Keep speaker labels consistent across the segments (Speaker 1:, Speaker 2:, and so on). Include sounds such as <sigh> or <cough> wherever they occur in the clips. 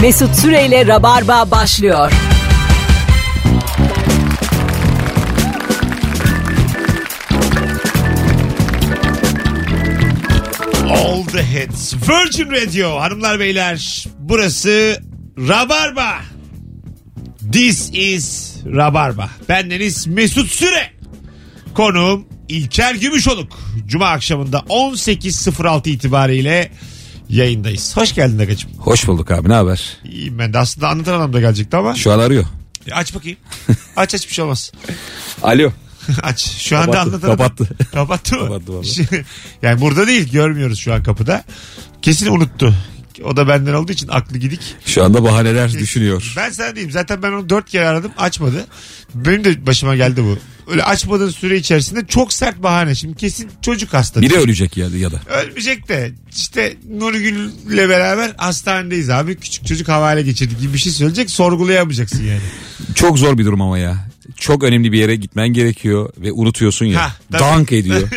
Speaker 1: Mesut Süreyle Rabarba başlıyor.
Speaker 2: All the hits. Virgin Radio. Hanımlar beyler burası Rabarba. This is Rabarba. Bendeniz Mesut Süre. Konuğum İlker Gümüşoluk. Cuma akşamında 18.06 itibariyle yayındayız. Hoş geldin Agacım.
Speaker 3: Hoş bulduk abi ne haber?
Speaker 2: İyiyim ben de aslında anlatan adam da gelecekti ama.
Speaker 3: Şu an arıyor.
Speaker 2: E, Aç bakayım. Aç aç bir şey olmaz.
Speaker 3: Alo.
Speaker 2: Aç. Şu anda
Speaker 3: Kapattı,
Speaker 2: anlatan adam-
Speaker 3: kapattı.
Speaker 2: <laughs> Kapattı mı?
Speaker 3: Kapattı vallahi.
Speaker 2: Şimdi- yani burada değil görmüyoruz şu an kapıda. Kesin unuttu. O da benden olduğu için aklı gidik.
Speaker 3: Şu anda bahaneler düşünüyor.
Speaker 2: Ben sana diyeyim zaten ben onu dört kere aradım açmadı. Benim de başıma geldi bu. Öyle açmadığın süre içerisinde çok sert bahane. Şimdi kesin çocuk hasta.
Speaker 3: Biri ölecek ya, ya da.
Speaker 2: Ölmeyecek de işte Nurgül'le beraber hastanedeyiz abi. Küçük çocuk havale geçirdi gibi bir şey söyleyecek sorgulayamayacaksın yani.
Speaker 3: Çok zor bir durum ama ya. Çok önemli bir yere gitmen gerekiyor ve unutuyorsun ya.
Speaker 2: Hah, tabii. <laughs>
Speaker 3: Dank ediyor.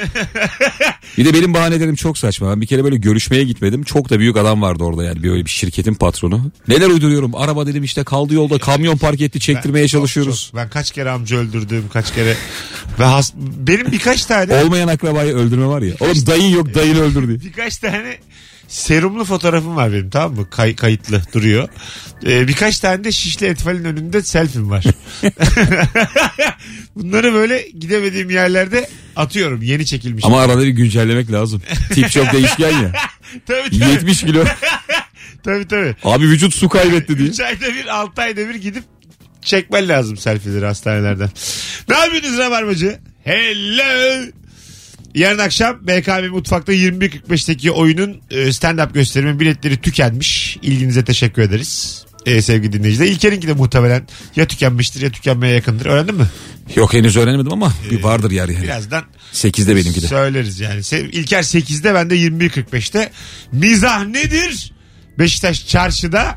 Speaker 3: bir de benim bahanelerim çok saçma. Ben bir kere böyle görüşmeye gitmedim. Çok da büyük adam vardı orada yani bir öyle bir şirketin patronu. Neler uyduruyorum? Araba dedim işte kaldı yolda kamyon park etti çektirmeye çalışıyoruz.
Speaker 2: Çok. Ben kaç kere amca öldürdüm kaç kere. Ve has... benim birkaç tane
Speaker 3: Olmayan akrabayı öldürme var ya. Oğlum dayın yok dayını öldürdü.
Speaker 2: birkaç tane serumlu fotoğrafım var benim tamam mı? Kay- kayıtlı duruyor. Ee, birkaç tane de şişli etfalin önünde selfie'm var. Bunları böyle gidemediğim yerlerde atıyorum yeni çekilmiş.
Speaker 3: Ama arada bir
Speaker 2: <laughs>
Speaker 3: güncellemek lazım. Tip çok değişken ya.
Speaker 2: tabii tabii.
Speaker 3: 70 kilo.
Speaker 2: tabii tabii.
Speaker 3: Abi vücut su kaybetti <laughs> diye.
Speaker 2: 3 ayda bir 6 ayda bir gidip çekmen lazım selfie'leri hastanelerden. Ne yapıyorsunuz Rabarbacı? Hello. Yarın akşam BKM Mutfak'ta 21.45'teki oyunun e, stand-up gösterimin biletleri tükenmiş. İlginize teşekkür ederiz. E, sevgili dinleyiciler. İlker'inki de muhtemelen ya tükenmiştir ya tükenmeye yakındır. Öğrendin mi?
Speaker 3: Yok henüz öğrenemedim ama bir vardır yer yani.
Speaker 2: Birazdan
Speaker 3: 8'de benimki de.
Speaker 2: söyleriz yani. Se- İlker 8'de ben de 21.45'te. Mizah nedir? Beşiktaş çarşıda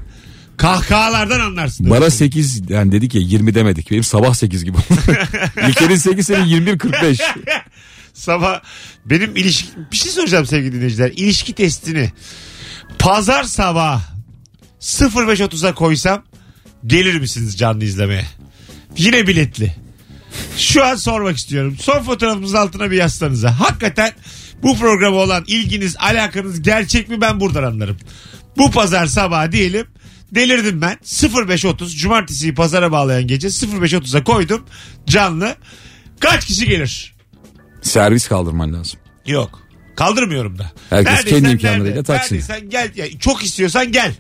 Speaker 2: kahkahalardan anlarsın.
Speaker 3: Bana 8 yani dedik ya 20 demedik. Benim sabah 8 gibi oldu.
Speaker 2: <laughs>
Speaker 3: İlker'in 8 senin 21.45.
Speaker 2: Sabah benim ilişki bir şey soracağım sevgili dinleyiciler. İlişki testini pazar sabah 05.30'a koysam gelir misiniz canlı izlemeye? Yine biletli. Şu an sormak istiyorum. Son fotoğrafımızın altına bir yazsanıza. Hakikaten bu programa olan ilginiz, alakanız gerçek mi ben buradan anlarım. Bu pazar sabah diyelim delirdim ben. 05.30 cumartesiyi pazara bağlayan gece 05.30'a koydum canlı. Kaç kişi gelir?
Speaker 3: Servis kaldırman lazım.
Speaker 2: Yok. Kaldırmıyorum da.
Speaker 3: Herkes
Speaker 2: Neredeysen
Speaker 3: kendi imkanlarıyla
Speaker 2: nerede?
Speaker 3: taksın.
Speaker 2: Neredeysen gel. ya çok istiyorsan gel.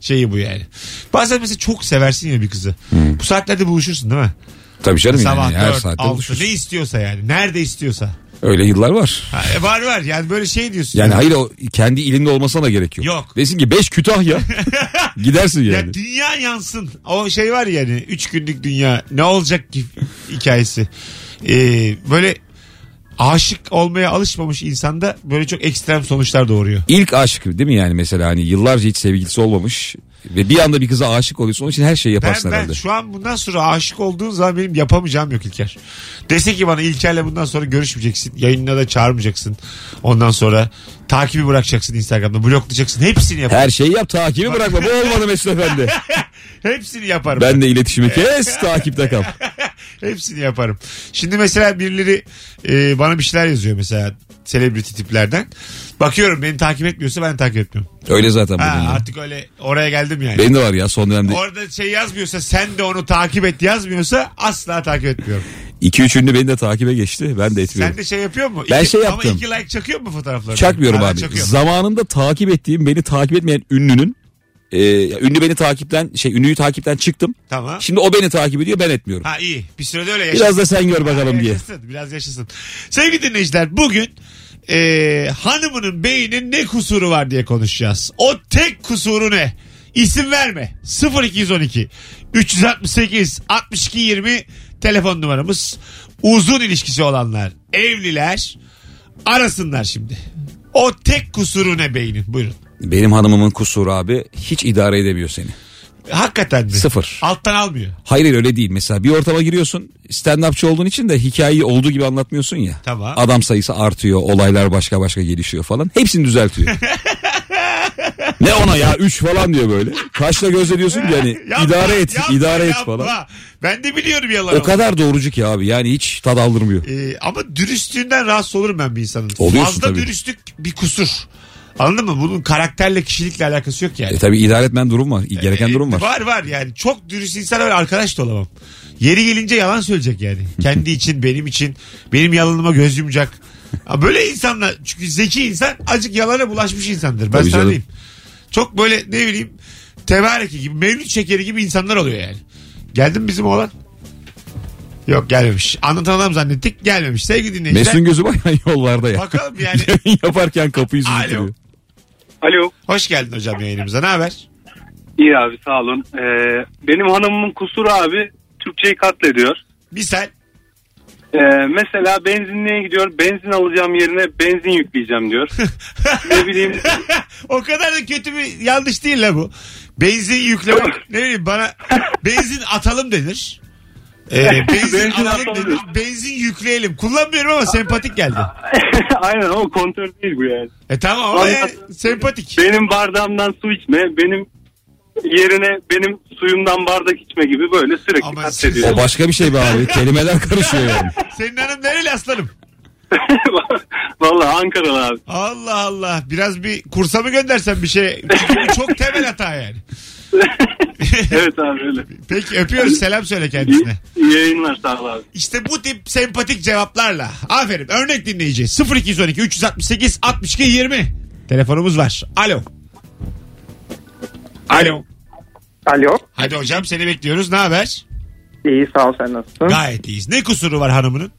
Speaker 2: Şeyi bu yani. Bazen mesela çok seversin ya bir kızı. Bu saatlerde buluşursun değil mi?
Speaker 3: Tabii canım
Speaker 2: Sabah
Speaker 3: Hmm. yani her
Speaker 2: 4,
Speaker 3: saatte
Speaker 2: 6
Speaker 3: buluşuruz.
Speaker 2: ne istiyorsa yani. Nerede istiyorsa.
Speaker 3: Öyle yıllar var.
Speaker 2: Ha, e, var var yani böyle şey diyorsun.
Speaker 3: Yani hayır o kendi ilinde olmasına da gerek yok.
Speaker 2: Yok.
Speaker 3: Desin ki 5
Speaker 2: <laughs>
Speaker 3: Kütahya. Gidersin
Speaker 2: Ya
Speaker 3: yani.
Speaker 2: dünya yansın. O şey var yani. Üç günlük dünya. Ne olacak ki hikayesi. Ee, böyle aşık olmaya alışmamış insanda böyle çok ekstrem sonuçlar doğuruyor.
Speaker 3: İlk aşk değil mi yani mesela hani yıllarca hiç sevgilisi olmamış ve bir anda bir kıza aşık oluyorsun onun için her şeyi
Speaker 2: Ben,
Speaker 3: yaparsın
Speaker 2: ben
Speaker 3: herhalde.
Speaker 2: şu an bundan sonra aşık olduğun zaman benim yapamayacağım yok İlker. Dese ki bana İlker'le bundan sonra görüşmeyeceksin. Yayınına da çağırmayacaksın. Ondan sonra takibi bırakacaksın Instagram'da. Bloklayacaksın. Hepsini yaparım.
Speaker 3: Her şeyi yap takibi bırakma bu olmadı Mesut Efendi.
Speaker 2: <laughs> Hepsini yaparım.
Speaker 3: Ben de iletişimi kes takipte kal.
Speaker 2: <laughs> Hepsini yaparım. Şimdi mesela birileri e, bana bir şeyler yazıyor mesela selebriti tiplerden. Bakıyorum beni takip etmiyorsa ben takip etmiyorum.
Speaker 3: Öyle zaten bu
Speaker 2: Ha,
Speaker 3: dünya.
Speaker 2: artık öyle oraya geldim yani.
Speaker 3: Benim de var ya son dönemde
Speaker 2: Orada şey yazmıyorsa sen de onu takip et yazmıyorsa asla takip etmiyorum.
Speaker 3: 2-3 ünlü beni de takibe geçti. Ben de etmiyorum.
Speaker 2: Sen de şey yapıyor mu?
Speaker 3: Ben
Speaker 2: İki-
Speaker 3: şey yaptım.
Speaker 2: Ama iki like çakıyor mu fotoğraflarına?
Speaker 3: Çakmıyorum
Speaker 2: Ha,
Speaker 3: abi.
Speaker 2: çakıyorum.
Speaker 3: Zamanında takip ettiğim beni takip etmeyen ünlünün e, ya ünlü beni takipten şey ünlüyü takipten çıktım.
Speaker 2: Tamam.
Speaker 3: Şimdi o beni takip ediyor ben etmiyorum.
Speaker 2: Ha iyi. Bir sürede öyle yaşasın.
Speaker 3: Biraz da sen gör bakalım diye.
Speaker 2: Yaşasın, biraz yaşasın. Sevgili dinleyiciler bugün e, hanımının beynin ne kusuru var diye konuşacağız. O tek kusuru ne? İsim verme. 0212 368 62 20 telefon numaramız. Uzun ilişkisi olanlar, evliler arasınlar şimdi. O tek kusuru ne beynin? Buyurun.
Speaker 3: Benim hanımımın kusuru abi hiç idare edemiyor seni.
Speaker 2: Hakikaten mi?
Speaker 3: Sıfır.
Speaker 2: Alttan almıyor.
Speaker 3: Hayır hayır, öyle değil. Mesela bir ortama giriyorsun stand-upçı olduğun için de hikayeyi olduğu gibi anlatmıyorsun ya.
Speaker 2: Tamam. <laughs>
Speaker 3: Adam sayısı artıyor olaylar başka başka gelişiyor falan. Hepsini düzeltiyor. Ne ona ya 3 falan diyor böyle. Kaşla gözle diyorsun ki hani
Speaker 2: Yapma,
Speaker 3: idare et,
Speaker 2: yapma,
Speaker 3: idare et
Speaker 2: yapma.
Speaker 3: falan.
Speaker 2: Ben de biliyorum yalan.
Speaker 3: O kadar doğrucu ki abi yani hiç tad aldırmıyor.
Speaker 2: Ee, ama dürüstlüğünden rahatsız olurum ben bir insanın.
Speaker 3: Oluyorsun
Speaker 2: Fazla
Speaker 3: tabii.
Speaker 2: dürüstlük bir kusur. Anladın mı? Bunun karakterle kişilikle alakası yok yani.
Speaker 3: E tabi idare etmen durum
Speaker 2: E,
Speaker 3: var. Gereken durum var.
Speaker 2: Var var yani. Çok dürüst insan öyle arkadaş da olamam. Yeri gelince yalan söyleyecek yani.
Speaker 3: <laughs>
Speaker 2: Kendi için, benim için, benim yalanıma göz yumacak. Ha, Böyle insanlar çünkü zeki insan acık yalana bulaşmış insandır. Ben
Speaker 3: Tabii
Speaker 2: sana
Speaker 3: canım.
Speaker 2: diyeyim. Çok böyle ne bileyim tebareki gibi, mevlüt şekeri gibi insanlar oluyor yani. Geldim bizim oğlan. Yok gelmemiş. Anlatan adam zannettik gelmemiş. Sevgili dinleyiciler.
Speaker 3: Mesut'un gözü bayağı yollarda ya.
Speaker 2: Bakalım
Speaker 3: <laughs>
Speaker 2: yani.
Speaker 3: Yayın yaparken kapıyı
Speaker 2: hani- Alo.
Speaker 3: süzüktürüyor.
Speaker 4: Alo.
Speaker 2: Hoş geldin hocam yayınımıza. Ne haber?
Speaker 4: İyi abi sağ olun. Ee, benim hanımımın kusuru abi Türkçeyi katlediyor.
Speaker 2: Misal. <laughs>
Speaker 4: Ee, mesela benzinliğe gidiyor. Benzin alacağım yerine benzin yükleyeceğim diyor. ne bileyim. <laughs>
Speaker 2: <laughs> o kadar da kötü bir yanlış değil la bu. Benzin yükleme ne bileyim bana benzin atalım denir. Ee, benzin,
Speaker 4: <laughs> Benzin
Speaker 2: alalım
Speaker 4: atalım
Speaker 2: denir. Benzin yükleyelim. Kullanmıyorum ama sempatik geldi.
Speaker 4: Aynen ama kontör değil bu yani.
Speaker 2: E tamam ama
Speaker 4: Vallahi-
Speaker 2: yani sempatik.
Speaker 4: Benim bardağımdan su içme. Benim yerine benim suyumdan bardak içme gibi böyle sürekli
Speaker 2: Ama-
Speaker 4: katlediyor.
Speaker 3: O başka bir şey be abi. Kelimeler
Speaker 2: <laughs>
Speaker 3: karışıyor yani.
Speaker 2: Senin hanım nereli aslanım?
Speaker 4: <laughs> Vallahi Ankaralı abi.
Speaker 2: Allah Allah. Biraz bir kursa mı göndersen bir şey? Çünkü bu çok temel hata yani.
Speaker 4: evet abi öyle.
Speaker 2: Peki öpüyoruz. Selam söyle
Speaker 4: İyi,
Speaker 2: kendisine.
Speaker 4: iyi yayınlar sağ ol abi.
Speaker 2: İşte bu tip sempatik cevaplarla. Aferin. Örnek dinleyici 0212 368 62 20. Telefonumuz var. Alo. Alo.
Speaker 5: Alo.
Speaker 2: Hadi hocam seni bekliyoruz. Ne haber?
Speaker 5: İyi sağ ol sen nasılsın?
Speaker 2: Gayet iyiyiz. Ne kusuru var hanımının?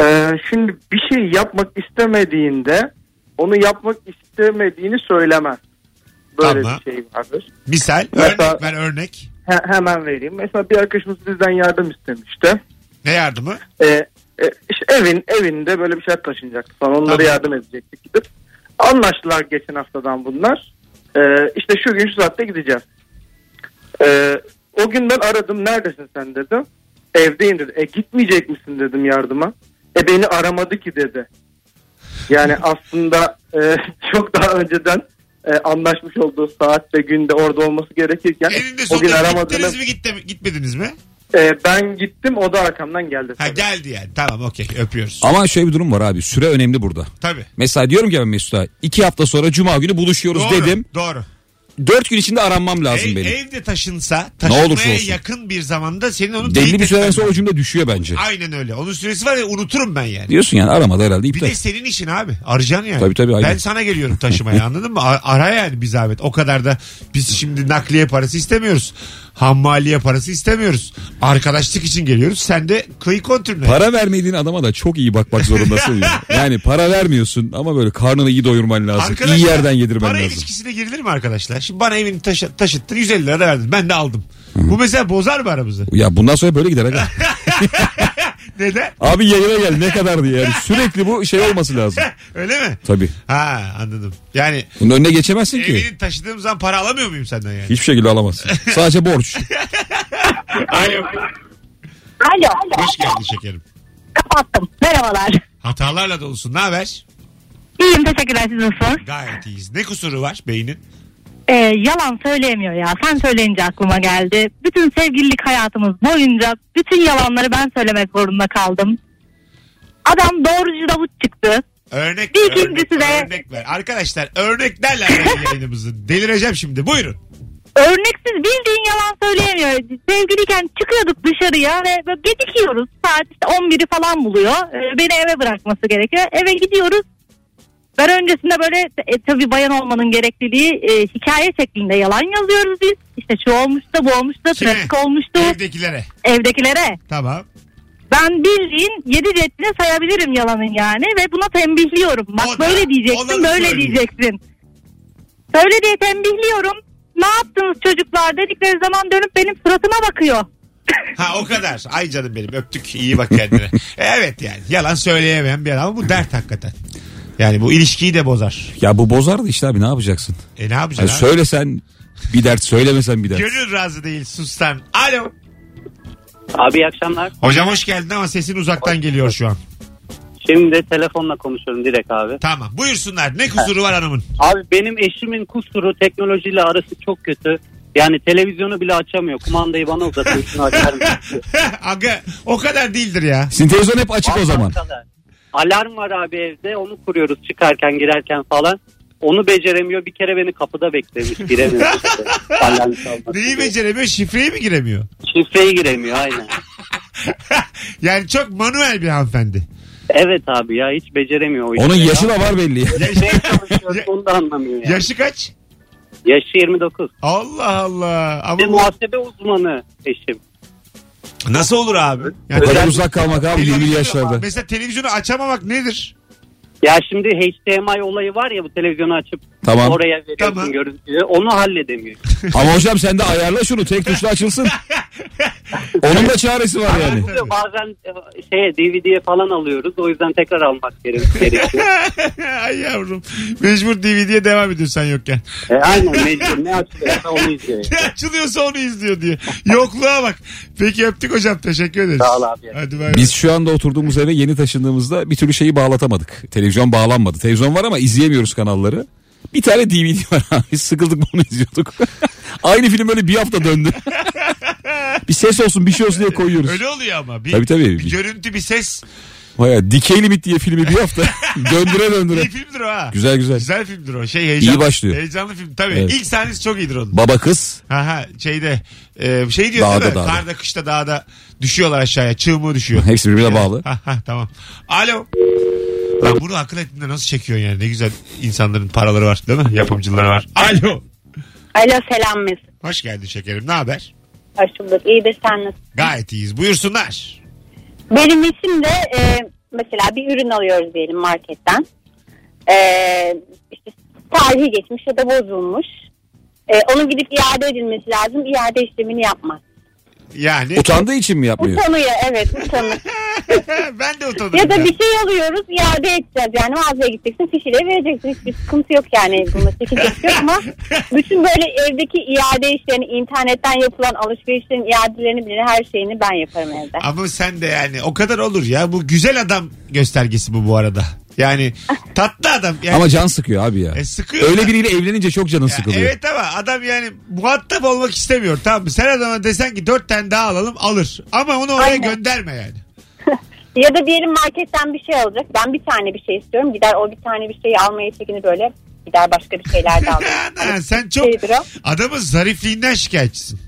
Speaker 5: Ee, şimdi bir şey yapmak istemediğinde onu yapmak istemediğini söylemez. Böyle
Speaker 2: Tamam.
Speaker 5: bir şey vardır.
Speaker 2: Misal.
Speaker 5: Mesela-
Speaker 2: Örnek ver örnek.
Speaker 5: He- hemen vereyim. Mesela bir arkadaşımız bizden yardım istemişti.
Speaker 2: Ne yardımı?
Speaker 5: Ee, e, işte evin evinde böyle bir şeyler taşınacaktı falan. Onlara
Speaker 2: Tamam.
Speaker 5: yardım edecektik gidip. Anlaştılar geçen haftadan bunlar. Ee, işte şu gün şu saatte gideceğiz. Ee, o gün ben aradım. Neredesin sen dedim. Evdeyim dedi. E gitmeyecek misin dedim yardıma. E beni aramadı ki dedi.
Speaker 2: <laughs>
Speaker 5: Yani aslında e, çok daha önceden e, anlaşmış olduğu saat ve günde orada olması gerekirken
Speaker 2: Elinde
Speaker 5: o gün
Speaker 2: sonunda
Speaker 5: aramadığını
Speaker 2: gittiniz mi gitti, gitmediniz mi?
Speaker 5: e, ben gittim o da arkamdan geldi.
Speaker 2: Ha
Speaker 5: tabii.
Speaker 2: geldi yani. Tamam okey öpüyoruz.
Speaker 3: Ama şöyle bir durum var abi. Süre önemli burada.
Speaker 2: Tabii.
Speaker 3: Mesela diyorum ki ben Mesut'a iki hafta sonra cuma günü buluşuyoruz
Speaker 2: Doğru,
Speaker 3: dedim.
Speaker 2: Doğru.
Speaker 3: Dört gün içinde aranmam lazım
Speaker 2: Ev,
Speaker 3: benim.
Speaker 2: evde taşınsa
Speaker 3: olursa
Speaker 2: taşınmaya
Speaker 3: olsun.
Speaker 2: yakın bir zamanda senin onu
Speaker 3: Belli
Speaker 2: teyit
Speaker 3: bir süreden
Speaker 2: etmen
Speaker 3: sonra o
Speaker 2: lazım.
Speaker 3: cümle düşüyor bence.
Speaker 2: Aynen öyle. Onun süresi var ya unuturum ben yani.
Speaker 3: Diyorsun yani aramadı herhalde
Speaker 2: Bir
Speaker 3: iptal.
Speaker 2: de senin işin abi. Arayacaksın yani.
Speaker 3: Tabii tabii, aynen.
Speaker 2: Ben sana geliyorum taşımaya
Speaker 3: <laughs>
Speaker 2: anladın mı? A- Ara yani bir zahmet. O kadar da biz şimdi nakliye parası istemiyoruz. Hammaliye parası istemiyoruz. Arkadaşlık için geliyoruz. Sen de kıyı kontürüne.
Speaker 3: Para vermediğin adama da çok iyi bakmak
Speaker 2: <laughs>
Speaker 3: zorundasın. ya. Yani para vermiyorsun ama böyle karnını iyi doyurman lazım.
Speaker 2: Arkadaşlar,
Speaker 3: iyi yerden yedirmen
Speaker 2: para
Speaker 3: lazım.
Speaker 2: ilişkisine girilir mi arkadaşlar? Şimdi bana evini taşı, taşıttın 150 lira da verdin. Ben de aldım. Bu mesela bozar mı
Speaker 3: <laughs>
Speaker 2: aramızı? <laughs>
Speaker 3: Ya bundan sonra böyle gider aga.
Speaker 2: Neden? <laughs>
Speaker 3: Abi yayına gel ne kadar diye yani sürekli bu şey olması lazım.
Speaker 2: Öyle mi?
Speaker 3: Tabii.
Speaker 2: Ha anladım. Yani
Speaker 3: Bunun önüne geçemezsin ki.
Speaker 2: evini taşıdığım zaman para alamıyor muyum senden yani?
Speaker 3: Hiçbir şekilde alamazsın. Sadece borç.
Speaker 2: Alo.
Speaker 6: Alo.
Speaker 2: Hoş geldin şekerim.
Speaker 6: Kapattım. Merhabalar.
Speaker 2: Hatalarla dolusun. Ne haber?
Speaker 6: İyiyim teşekkürler siz nasılsınız?
Speaker 2: Gayet iyiyiz. Ne kusuru var beynin?
Speaker 6: Ee, yalan söyleyemiyor ya. Sen söyleyince aklıma geldi. Bütün sevgililik hayatımız boyunca bütün yalanları ben söylemek zorunda kaldım. Adam doğrucu davut çıktı.
Speaker 2: Örnek
Speaker 6: Bir
Speaker 2: ver,
Speaker 6: ikincisi
Speaker 2: örnek, ver,
Speaker 6: de-
Speaker 2: örnek ver. Arkadaşlar
Speaker 6: <laughs>
Speaker 2: örneklerle arayın yayınımızı. Delireceğim şimdi. Buyurun.
Speaker 6: Örneksiz bildiğin yalan söyleyemiyor. Sevgiliyken çıkıyorduk dışarıya ve böyle gecikiyoruz. Saat işte 11'i falan buluyor. Ee, beni eve bırakması gerekiyor. Eve gidiyoruz. Ben öncesinde böyle e, tabii bayan olmanın gerekliliği e, hikaye şeklinde yalan yazıyoruz biz. İşte şu olmuştu bu olmuştu
Speaker 2: Kime?
Speaker 6: trafik olmuştu
Speaker 2: Evdekilere.
Speaker 6: evdekilere.
Speaker 2: Tamam.
Speaker 6: Ben bildiğin 7 ceddine sayabilirim yalanın yani ve buna tembihliyorum. Bak
Speaker 2: O da,
Speaker 6: böyle
Speaker 2: olanı
Speaker 6: diyeceksin böyle
Speaker 2: söylüyor.
Speaker 6: diyeceksin. Böyle diye tembihliyorum. Ne yaptınız çocuklar dedikleri zaman dönüp benim suratıma bakıyor.
Speaker 2: Ha o kadar. Ay canım benim öptük. İyi bak kendine. E, evet yani. Yalan söyleyemem bir adam ama bu dert hakikaten. Yani bu ilişkiyi de bozar.
Speaker 3: Ya bu bozardı işte abi ne yapacaksın?
Speaker 2: E ne
Speaker 3: Yani
Speaker 2: yapacaksın? abi?
Speaker 3: söylesen bir dert söylemesen bir dert.
Speaker 2: Gönül razı değil sustan. Alo.
Speaker 7: Abi iyi akşamlar.
Speaker 2: Hocam hoş geldin ama sesin uzaktan geliyor şu an.
Speaker 7: Şimdi telefonla konuşuyorum direkt abi.
Speaker 2: Tamam buyursunlar. Ne kusuru var hanımın?
Speaker 7: Abi benim eşimin kusuru teknolojiyle arası çok kötü. Yani televizyonu bile açamıyor. Kumandayı bana uzatıyor. Şunu
Speaker 2: <laughs>
Speaker 7: açar
Speaker 3: <laughs>
Speaker 7: mısın?
Speaker 2: Aga o kadar değildir ya.
Speaker 3: Sizin televizyon hep açık o zaman.
Speaker 7: Arkada. Alarm var abi evde. Onu kuruyoruz çıkarken girerken falan. Onu beceremiyor. Bir kere beni kapıda beklemiş.
Speaker 3: <laughs>
Speaker 7: Giremiyor. işte. Alarm çalması
Speaker 2: Neyi
Speaker 7: diye.
Speaker 2: beceremiyor? Şifreye mi giremiyor? <laughs>
Speaker 7: Şifreyi giremiyor aynen.
Speaker 2: yani çok manuel bir hanımefendi.
Speaker 7: Evet abi ya hiç beceremiyor o işi.
Speaker 3: Onun
Speaker 7: ya.
Speaker 3: yaşı da
Speaker 2: <laughs>
Speaker 3: var belli.
Speaker 7: Neye çalışıyoruz onu da anlamıyor ya.
Speaker 2: Yaşı kaç?
Speaker 7: Yaşı 29.
Speaker 2: Allah Allah. Ama
Speaker 7: Bir
Speaker 2: bu-
Speaker 7: muhasebe uzmanı eşim.
Speaker 2: nasıl olur abi?
Speaker 3: O
Speaker 2: Yani
Speaker 3: kadar uzak kalmak abi 20 yaşlarda.
Speaker 2: Mesela televizyonu açamamak nedir? <laughs>
Speaker 7: Ya şimdi HDMI olayı var ya bu televizyonu açıp
Speaker 3: Tamam.
Speaker 7: oraya veriyorsun
Speaker 2: Tamam.
Speaker 7: görüntüyü. Onu halledemiyor.
Speaker 5: <laughs>
Speaker 3: Ama hocam sen de ayarla şunu tek
Speaker 2: <laughs>
Speaker 3: tuşla açılsın. Onun da çaresi var yani.
Speaker 2: Tabii.
Speaker 7: Bazen e, şeye DVD'ye falan alıyoruz. O yüzden tekrar almak
Speaker 5: <laughs>
Speaker 7: gere- gerekiyor.
Speaker 2: Ay yavrum. Mecbur DVD'ye devam ediyorsun sen yokken.
Speaker 7: e, aynen mecbur. Ne açılıyorsa onu izliyor.
Speaker 2: <laughs> Ne açılıyorsa onu izliyor diye. Yokluğa bak. Peki öptük hocam. Teşekkür ederiz.
Speaker 7: Sağ ol abi.
Speaker 2: Hadi bay bay.
Speaker 3: Biz şu anda oturduğumuz eve yeni taşındığımızda bir türlü şeyi bağlatamadık. Televizyon bağlanmadı. Televizyon var ama izleyemiyoruz kanalları. Bir tane DVD var abi. Sıkıldık bunu izliyorduk. <laughs> Aynı film böyle bir
Speaker 2: <laughs>
Speaker 3: hafta döndü. bir ses olsun bir şey olsun diye koyuyoruz.
Speaker 2: Öyle oluyor ama. Bir,
Speaker 3: Tabii tabii.
Speaker 2: bir görüntü bir ses.
Speaker 3: Baya dikey limit diye filmi bir
Speaker 2: <laughs>
Speaker 3: hafta döndüre
Speaker 2: İyi
Speaker 3: döndüre.
Speaker 2: filmdir o ha.
Speaker 3: Güzel güzel.
Speaker 2: Güzel filmdir o. Şey heyecanlı.
Speaker 3: İyi başlıyor.
Speaker 2: Heyecanlı film tabii.
Speaker 3: Evet.
Speaker 2: İlk sahnesi çok iyidir onun.
Speaker 3: Baba kız
Speaker 2: Aha şeyde e, şey diyor
Speaker 3: Dağda,
Speaker 2: değil mi?
Speaker 3: dağda.
Speaker 2: Karda kışta dağda düşüyorlar aşağıya. Çığmığı
Speaker 3: <laughs>
Speaker 2: düşüyor.
Speaker 3: hepsi birbirine bağlı.
Speaker 2: Ha, ha, tamam. Alo. Lan bunu akıl ettiğinde nasıl çekiyorsun yani? Ne güzel insanların paraları var değil mi? Yapımcıları var. Alo.
Speaker 8: Alo selam Mesut.
Speaker 2: Hoş geldin şekerim. Ne haber?
Speaker 8: Hoş bulduk. İyidir sen nasılsın?
Speaker 2: Gayet iyiyiz. Buyursunlar.
Speaker 8: Benim eşim de e, mesela bir ürün alıyoruz diyelim marketten. E, işte tarihi geçmiş ya da bozulmuş. E, onun gidip iade edilmesi lazım. İade işlemini yapmaz.
Speaker 2: Yani
Speaker 3: Utandığı için mi yapmıyor?
Speaker 8: Utanıyor evet utanır.
Speaker 2: <laughs> ben de utanırım.
Speaker 8: ya da
Speaker 2: ya.
Speaker 8: bir şey alıyoruz iade edeceğiz. Yani mağazaya gideceksin fişiyle vereceksin. Hiçbir sıkıntı yok yani bunda çekecek yok
Speaker 2: <laughs>
Speaker 8: ama bütün böyle evdeki iade işlerini internetten yapılan alışverişlerin iadelerini bile her şeyini ben yaparım evde.
Speaker 2: Ama sen de yani o kadar olur ya. Bu güzel adam göstergesi bu bu arada.
Speaker 8: <laughs>
Speaker 2: Yani tatlı adam. Yani,
Speaker 3: Ama can sıkıyor abi ya.
Speaker 2: E, sıkıyor.
Speaker 3: Öyle biriyle evlenince çok canın
Speaker 2: Ya
Speaker 3: sıkılıyor.
Speaker 2: Evet ama adam yani muhatap olmak istemiyor tamam mı? Sen adama desen ki dört tane daha alalım alır. Ama onu oraya
Speaker 8: Aynen.
Speaker 2: gönderme yani.
Speaker 8: Ya da diyelim marketten bir şey alacak. Ben bir tane bir şey istiyorum. Gider o bir tane bir şeyi almaya çekinir böyle. Gider başka bir şeyler de
Speaker 2: <laughs>
Speaker 8: alır.
Speaker 2: Ana, sen çok
Speaker 8: Şeydir o.
Speaker 2: adamın zarifliğinden <laughs> şikayetçisin.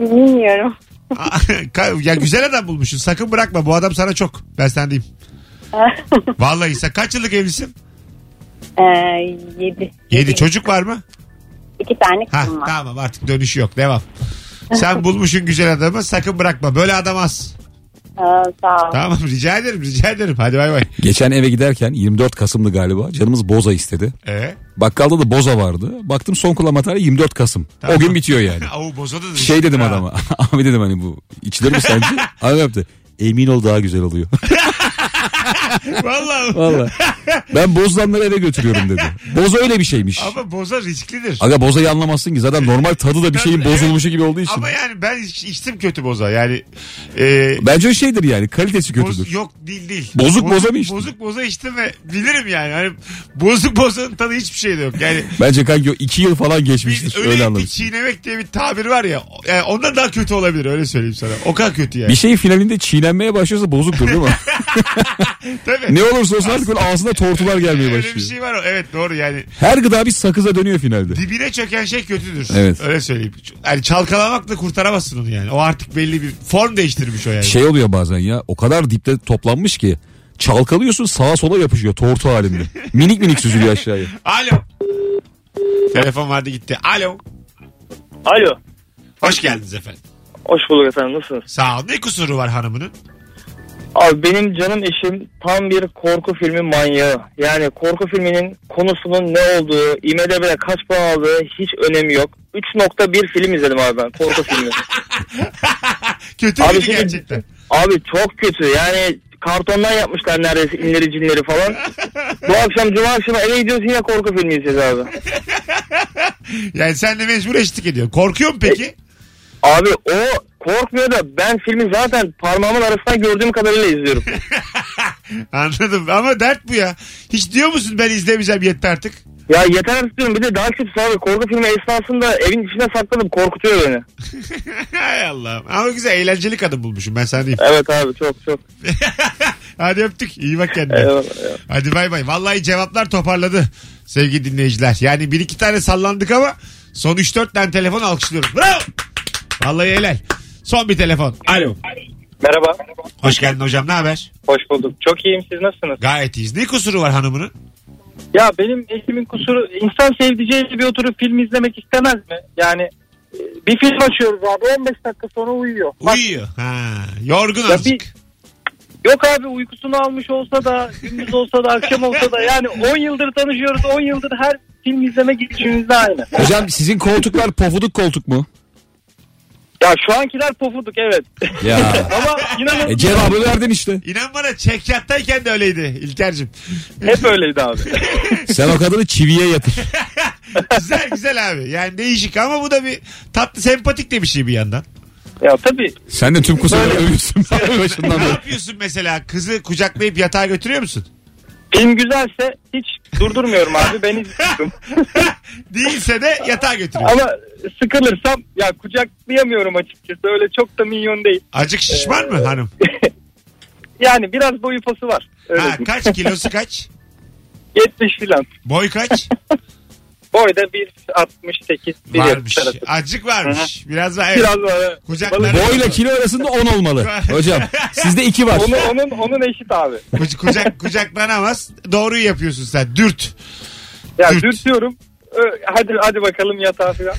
Speaker 8: Bilmiyorum. <laughs>
Speaker 2: ya güzel adam bulmuşsun sakın bırakma bu adam sana çok. Ben sen diyeyim. Vallahi sen kaç yıllık evlisin?
Speaker 8: ee, yedi.
Speaker 2: Yedi çocuk var mı?
Speaker 8: İki tane
Speaker 2: Ha
Speaker 8: kızım var.
Speaker 2: tamam artık dönüşü yok devam. <laughs> Sen bulmuşsun güzel adamı sakın bırakma. Böyle adam az.
Speaker 8: Ee, sağ ol.
Speaker 2: Tamam rica ederim rica ederim. Hadi bay bay.
Speaker 3: Geçen eve giderken 24 Kasım'dı galiba canımız boza istedi.
Speaker 2: Ee?
Speaker 3: Bakkalda da boza vardı. Baktım son kullanma tarihi 24 Kasım.
Speaker 2: Tamam.
Speaker 3: O gün
Speaker 2: <laughs>
Speaker 3: bitiyor yani.
Speaker 2: Avu bozadı. da-
Speaker 3: Şey dedim
Speaker 2: Ha.
Speaker 3: adama. <laughs> Abi dedim hani bu içilir mi sence?
Speaker 2: <laughs>
Speaker 3: Abi yaptı. Emin ol daha güzel oluyor. <laughs>
Speaker 2: Vallahi.
Speaker 3: Valla. Ben bozlanları eve götürüyorum dedi. Boza öyle bir şeymiş.
Speaker 2: Ama boza risklidir.
Speaker 3: Aga bozayı anlamazsın ki zaten normal tadı da bir şeyin bozulmuşu gibi olduğu için.
Speaker 2: Ama yani ben iç- içtim kötü boza. Yani e,
Speaker 3: Bence o şeydir yani kalitesi
Speaker 2: boz-
Speaker 3: kötüdür.
Speaker 2: yok değil değil.
Speaker 3: Bozuk boza mı içtin?
Speaker 2: Bozuk boza içtim ve bilirim yani. Hani bozuk bozanın tadı hiçbir şey de yok. Yani
Speaker 3: <laughs> Bence kanka iki yıl falan
Speaker 2: bir
Speaker 3: geçmiştir öyle,
Speaker 2: öyle bir
Speaker 3: anladım.
Speaker 2: çiğnemek diye bir tabir var ya. o- Yani ondan daha kötü olabilir öyle söyleyeyim sana. O kadar kötü yani.
Speaker 3: Bir şeyin finalinde çiğnenmeye başlıyorsa bozuktur
Speaker 2: <laughs>
Speaker 3: değil mi?
Speaker 2: Tabii.
Speaker 3: şey ne olursa olsun artık böyle ağzına tortular gelmeye
Speaker 2: Öyle bir
Speaker 3: başlıyor.
Speaker 2: şey var. Evet doğru yani.
Speaker 3: Her gıda bir sakıza dönüyor finalde.
Speaker 2: Dibine çöken şey kötüdür.
Speaker 3: Evet.
Speaker 2: Öyle söyleyeyim. Yani çalkalamakla kurtaramazsın onu yani. O artık belli bir form değiştirmiş o yani.
Speaker 3: Şey oluyor bazen ya o kadar dipte toplanmış ki çalkalıyorsun sağa sola yapışıyor tortu halinde.
Speaker 2: <laughs>
Speaker 3: minik minik süzülüyor aşağıya.
Speaker 2: Alo. Telefon vardı gitti. Alo.
Speaker 5: Alo.
Speaker 2: Hoş geldiniz efendim.
Speaker 5: Hoş bulduk efendim nasılsınız?
Speaker 2: Sağ ol. Ne kusuru var hanımının?
Speaker 5: Abi benim canım eşim tam bir korku filmi manyağı. Yani korku filminin konusunun ne olduğu, IMDb'de kaç puan aldığı hiç önemi yok. 3.1 film izledim abi ben korku filmi.
Speaker 2: Kötü
Speaker 5: Abi şey
Speaker 2: biri
Speaker 5: şimdi-
Speaker 2: gerçekten.
Speaker 5: Abi çok kötü yani kartondan yapmışlar neredeyse inleri cinleri falan. Bu akşam cuma akşamı eve gidiyoruz yine korku filmi izleyeceğiz abi.
Speaker 2: Yani sen de mecbur eşlik ediyorsun. Korkuyor mu peki?
Speaker 5: Abi o korkmuyor da ben filmi zaten parmağımın arasından gördüğüm kadarıyla izliyorum.
Speaker 2: Anladım ama dert bu ya. Hiç diyor musun ben izlemeyeceğim yetti artık. <laughs>
Speaker 5: Ya yeter artık diyorum. Bir de daha kötüsü abi. Korku filmi esnasında evin içine sakladım. Korkutuyor beni.
Speaker 2: Hay Allah'ım. Ama güzel eğlenceli kadın bulmuşum ben sana diyeyim. <laughs>
Speaker 5: Evet abi çok çok.
Speaker 2: Hadi öptük. İyi bak kendine.
Speaker 5: Eyvallah. eyvallah.
Speaker 2: Hadi bay bay. Vallahi cevaplar toparladı sevgili dinleyiciler. Yani bir iki tane sallandık ama son 3-4 tane telefon alkışlıyorum. Bravo. Vallahi helal. Son bir telefon. Alo.
Speaker 9: Merhaba.
Speaker 2: Hoş geldin hocam ne haber?
Speaker 9: Hoş bulduk. Çok iyiyim. Siz nasılsınız?
Speaker 2: Gayet iyiyiz. Ne kusuru var hanımının?
Speaker 9: Ya benim eşimin kusuru insan sevdiceğiyle bir oturup film izlemek istemez mi? Yani e, bir film açıyoruz abi 15 dakika sonra uyuyor. Bak,
Speaker 2: Uyuyor. Ha, yorgun
Speaker 9: Ya
Speaker 2: azıcık.
Speaker 9: bir- yok abi uykusunu almış olsa da gündüz olsa da akşam olsa da yani 10 yıldır tanışıyoruz 10 yıldır her film izleme girişimimiz de aynı.
Speaker 3: Hocam sizin koltuklar pofuduk koltuk mu?
Speaker 9: Ya şu ankiler pofuduk evet. <laughs>
Speaker 3: Ya.
Speaker 9: Ama inanın
Speaker 3: <laughs> E, cevabı verdin işte.
Speaker 2: İnan bana çekyattayken de öyleydi
Speaker 9: <laughs>
Speaker 2: İlker'cim.
Speaker 9: hep öyleydi <laughs> abi.
Speaker 3: Sen o kadını çiviye yatır.
Speaker 2: güzel güzel abi. Yani değişik ama bu da bir tatlı sempatik de bir şey bir yandan.
Speaker 9: <laughs> ya tabii
Speaker 3: Sen de tüm kusurları
Speaker 2: <laughs>
Speaker 3: övüyorsun abi başından
Speaker 2: ne
Speaker 3: beri.
Speaker 2: yapıyorsun mesela? Kızı kucaklayıp yatağa götürüyor musun?
Speaker 9: <laughs>
Speaker 2: <laughs>
Speaker 9: film güzelse hiç durdurmuyorum abi ben
Speaker 2: <laughs>
Speaker 9: izliyorum.
Speaker 2: Değilse de yatağa götürüyor.
Speaker 9: Ama sıkılırsam ya kucaklayamıyorum açıkçası öyle çok da minyon değil.
Speaker 2: Acık şişman mı hanım?
Speaker 9: Yani biraz boyu posu var. Öyle
Speaker 2: Ha,
Speaker 9: diyeyim.
Speaker 2: kaç kilosu kaç?
Speaker 9: 70 filan.
Speaker 2: Boy kaç?
Speaker 9: Boy da 1.68. <laughs> bir
Speaker 2: varmış.
Speaker 9: arası.
Speaker 2: Acık varmış. Biraz var. Evet.
Speaker 9: Biraz var.
Speaker 2: Kucaklar-
Speaker 3: Boyla kilo arasında 10 olmalı. Hocam sizde 2 var.
Speaker 9: Onu, onun, onun eşit abi.
Speaker 2: Kuc- kucak, kucaklanamaz. Doğruyu yapıyorsun sen. Dürt.
Speaker 9: Ya
Speaker 2: Dürt.
Speaker 9: dürtüyorum. Ö- Hadi hadi bakalım yatağa filan.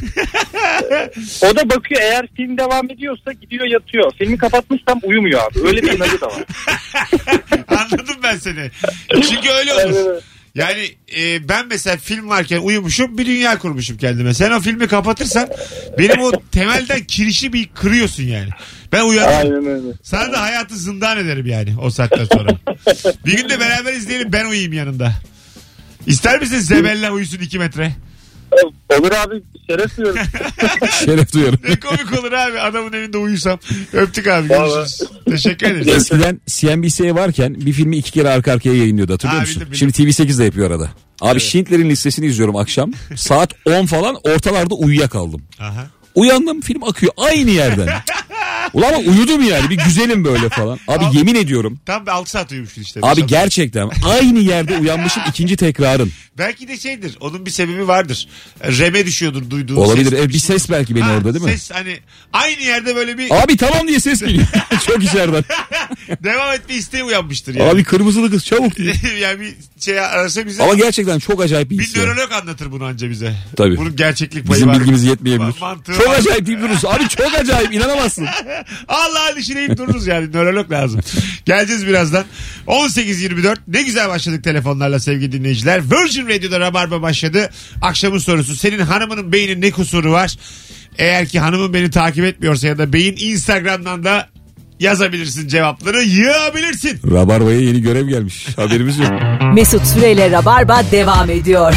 Speaker 9: Ee, o da bakıyor eğer film devam ediyorsa gidiyor yatıyor. Filmi kapatmışsam uyumuyor abi. Öyle bir inancı da var.
Speaker 2: <laughs> Anladım ben seni. Çünkü öyle
Speaker 9: Evet,
Speaker 2: olur.
Speaker 9: evet.
Speaker 2: Yani e, ben mesela film varken uyumuşum bir dünya kurmuşum kendime. Sen o filmi kapatırsan benim o temelden kirişi bir kırıyorsun yani. Ben uyanırım.
Speaker 9: Aynen öyle.
Speaker 2: Sana da hayatı zindan ederim yani o saatten sonra. bir gün de beraber izleyelim ben uyuyayım yanında. İster misin Zebella uyusun 2 metre?
Speaker 9: Olur abi şey- şeref diyorum.
Speaker 3: Şeref duyuyorum.
Speaker 2: <laughs> Ne komik olur abi adamın evinde uyusam. Öptük abi görüşürüz. Teşekkür ederiz.
Speaker 3: Eskiden CNBC varken bir filmi iki kere arka arkaya yayınlıyordu hatırlıyor
Speaker 2: Ha,
Speaker 3: musun?
Speaker 2: bildim, bildim.
Speaker 3: Şimdi TV8 de yapıyor arada. Abi Schindler'in listesini
Speaker 2: <laughs>
Speaker 3: izliyorum akşam. Saat 10 falan ortalarda uyuyakaldım.
Speaker 2: Aha.
Speaker 3: Uyandım film akıyor aynı yerden. Ulan ama uyudum yani bir güzelim böyle falan. Abi
Speaker 2: Al-
Speaker 3: yemin ediyorum.
Speaker 2: Tam 6 saat uyumuşsun işte.
Speaker 3: Abi gerçekten aynı yerde uyanmışım ikinci tekrarın.
Speaker 2: Belki de şeydir. Onun bir sebebi vardır. Reme düşüyordur duyduğun
Speaker 3: Olabilir.
Speaker 2: ses.
Speaker 3: Evet, bir ses belki beni
Speaker 2: Ha,
Speaker 3: orada değil mi?
Speaker 2: Ses hani aynı yerde böyle bir
Speaker 3: Abi tamam diye ses geliyor. <laughs> Çok içeriden.
Speaker 2: devam etme isteği uyanmıştır yani.
Speaker 3: Abi kırmızılı kız çabuk diye.
Speaker 2: <laughs> yani bir şey arasa bize
Speaker 3: Ama gerçekten çok acayip bir
Speaker 2: bir
Speaker 3: his. ya.
Speaker 2: nörolog anlatır bunu anca bize.
Speaker 3: Tabii.
Speaker 2: Bunun gerçeklik payı
Speaker 3: Bizim
Speaker 2: var.
Speaker 3: bilgimiz yetmeyebilir.
Speaker 2: Ma- mantığı
Speaker 3: Çok
Speaker 2: var.
Speaker 3: acayip deyip durursun. Abi çok
Speaker 2: <laughs>
Speaker 3: acayip inanamazsın.
Speaker 2: Allah'ın işine inip dururuz yani. Nörolog lazım. Geleceğiz birazdan. 18.24 ne güzel başladık telefonlarla sevgili dinleyiciler. Virgin Radio'da Rabarba başladı. Akşamın sorusu senin hanımının beynin ne kusuru var? Eğer ki hanımın beni takip etmiyorsa ya da beyin Instagram'dan da yazabilirsin cevapları yığabilirsin.
Speaker 3: Rabarba'ya yeni görev gelmiş. Haberimiz yok.
Speaker 1: Mesut Süreyle Rabarba devam ediyor.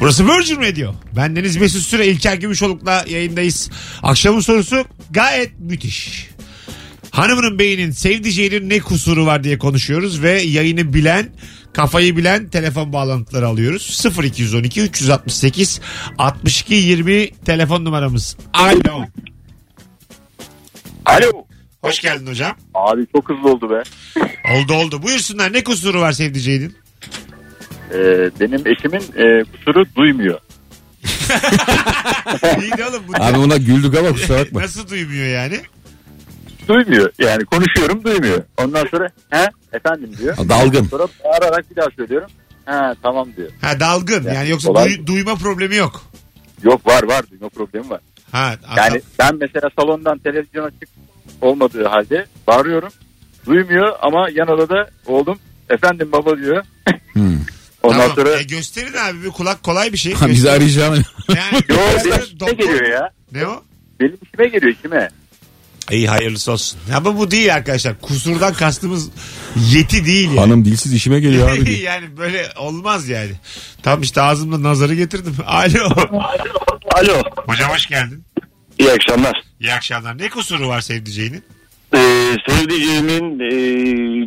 Speaker 2: Burası Virgin Radio. Ben Deniz Mesut Süre İlker Gümüşoluk'la yayındayız. Akşamın sorusu gayet müthiş. Hanımının beynin sevdiceğinin ne kusuru var diye konuşuyoruz ve yayını bilen kafayı bilen telefon bağlantıları alıyoruz. 0212 368 62 20 telefon numaramız. Alo.
Speaker 5: Alo.
Speaker 2: Hoş geldin hocam.
Speaker 5: Abi çok hızlı oldu be. <laughs>
Speaker 2: Oldu oldu. Buyursunlar ne kusuru var sevdiceğinin?
Speaker 5: Ee, benim eşimin e, kusuru duymuyor.
Speaker 2: <laughs> İyi de oğlum. Bu
Speaker 3: Abi ona güldük ama kusura bakma.
Speaker 2: Nasıl duymuyor yani?
Speaker 5: Duymuyor. Yani konuşuyorum duymuyor. Ondan sonra he efendim diyor.
Speaker 3: Dalgın.
Speaker 5: Sonra bağırarak bir daha söylüyorum. He tamam diyor.
Speaker 2: Ha dalgın. Yani yoksa
Speaker 5: Olay-
Speaker 2: duy- duyma problemi yok.
Speaker 5: Yok var var duyma problemi var.
Speaker 2: Ha,
Speaker 5: Yani ben mesela salondan televizyon açık olmadığı halde bağırıyorum. Duymuyor ama yan odada oğlum efendim baba diyor. <laughs> Ondan
Speaker 2: Tamam.
Speaker 5: sonra
Speaker 2: E gösterin abi bir kulak kolay bir şey.
Speaker 3: Ha, bizi
Speaker 2: Gösterin. <laughs>
Speaker 3: arayacağını.
Speaker 2: Yani
Speaker 5: yo benim
Speaker 2: gösterin,
Speaker 5: işime
Speaker 2: doktor-
Speaker 5: geliyor ya.
Speaker 2: Ne o?
Speaker 5: Benim işime geliyor kime?
Speaker 2: İyi hayırlısı olsun. Ama bu değil arkadaşlar. Kusurdan kastımız yeti değil yani.
Speaker 3: Hanım dilsiz işime geliyor abi.
Speaker 2: <laughs>
Speaker 3: diye.
Speaker 2: yani böyle olmaz yani. Tam işte ağzımda nazarı getirdim. <laughs> Alo.
Speaker 5: Alo
Speaker 2: Hocam hoş geldin.
Speaker 5: iyi akşamlar.
Speaker 2: İyi akşamlar. Ne kusuru var sevdiceğinin?
Speaker 10: Ee, sevdiceğimin e,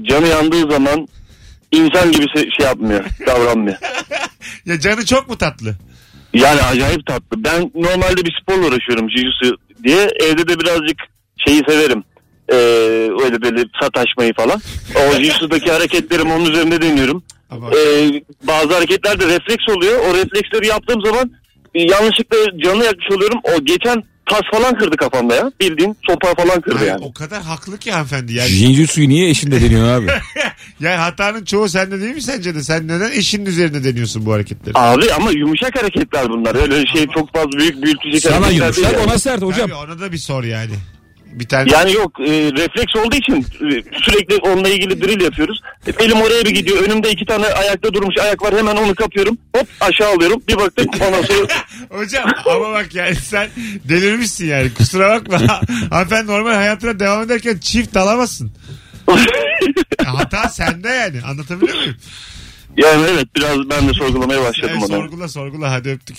Speaker 10: canı yandığı zaman insan gibi se- şey yapmıyor, davranmıyor.
Speaker 2: Ya canı çok mu tatlı?
Speaker 10: Yani acayip tatlı. Ben normalde bir sporla uğraşıyorum jiu-jitsu diye. Evde de birazcık şeyi severim. Ee, öyle böyle sataşmayı falan. O
Speaker 3: <laughs>
Speaker 10: jiu-jitsu'daki hareketlerim onun üzerinde deniyorum.
Speaker 2: Ama
Speaker 10: Ee, bazı hareketler de refleks oluyor. O refleksleri yaptığım zaman e, yanlışlıkla canına yakmış oluyorum. O geçen tas falan kırdı kafamda ya. Bildiğin sopa falan kırdı
Speaker 2: Ay,
Speaker 10: yani.
Speaker 2: o kadar haklı ki hanımefendi. Yani,
Speaker 3: Jinjutsu'yu niye eşinde deniyor abi?
Speaker 2: <laughs> yani hatanın çoğu sende değil mi sence de? Sen neden eşinin üzerine deniyorsun bu hareketleri?
Speaker 10: Abi ama yumuşak hareketler bunlar. Öyle şey çok fazla büyük büyütecek
Speaker 3: Sana
Speaker 10: hareketler
Speaker 2: şey
Speaker 10: değil
Speaker 3: yumuşak
Speaker 10: yani.
Speaker 3: ona sert hocam.
Speaker 2: Abi ona da bir sor yani. Bir tane
Speaker 10: Yani yok e, refleks olduğu için e, sürekli onunla ilgili drill yapıyoruz. E, Elim oraya bir gidiyor. Önümde iki tane ayakta durmuş ayak var. Hemen onu kapıyorum. Hop aşağı alıyorum. Bir baktım ondan sonra <laughs>
Speaker 2: Hocam ama bak yani sen delirmişsin yani kusura bakma. <laughs> Hanımefendi normal hayatına devam ederken çift alamazsın. Ya hata sende yani anlatabiliyor muyum?
Speaker 10: yani evet biraz ben de sorgulamaya başladım
Speaker 2: Yani
Speaker 10: onu.
Speaker 2: sorgula sorgula hadi öptük.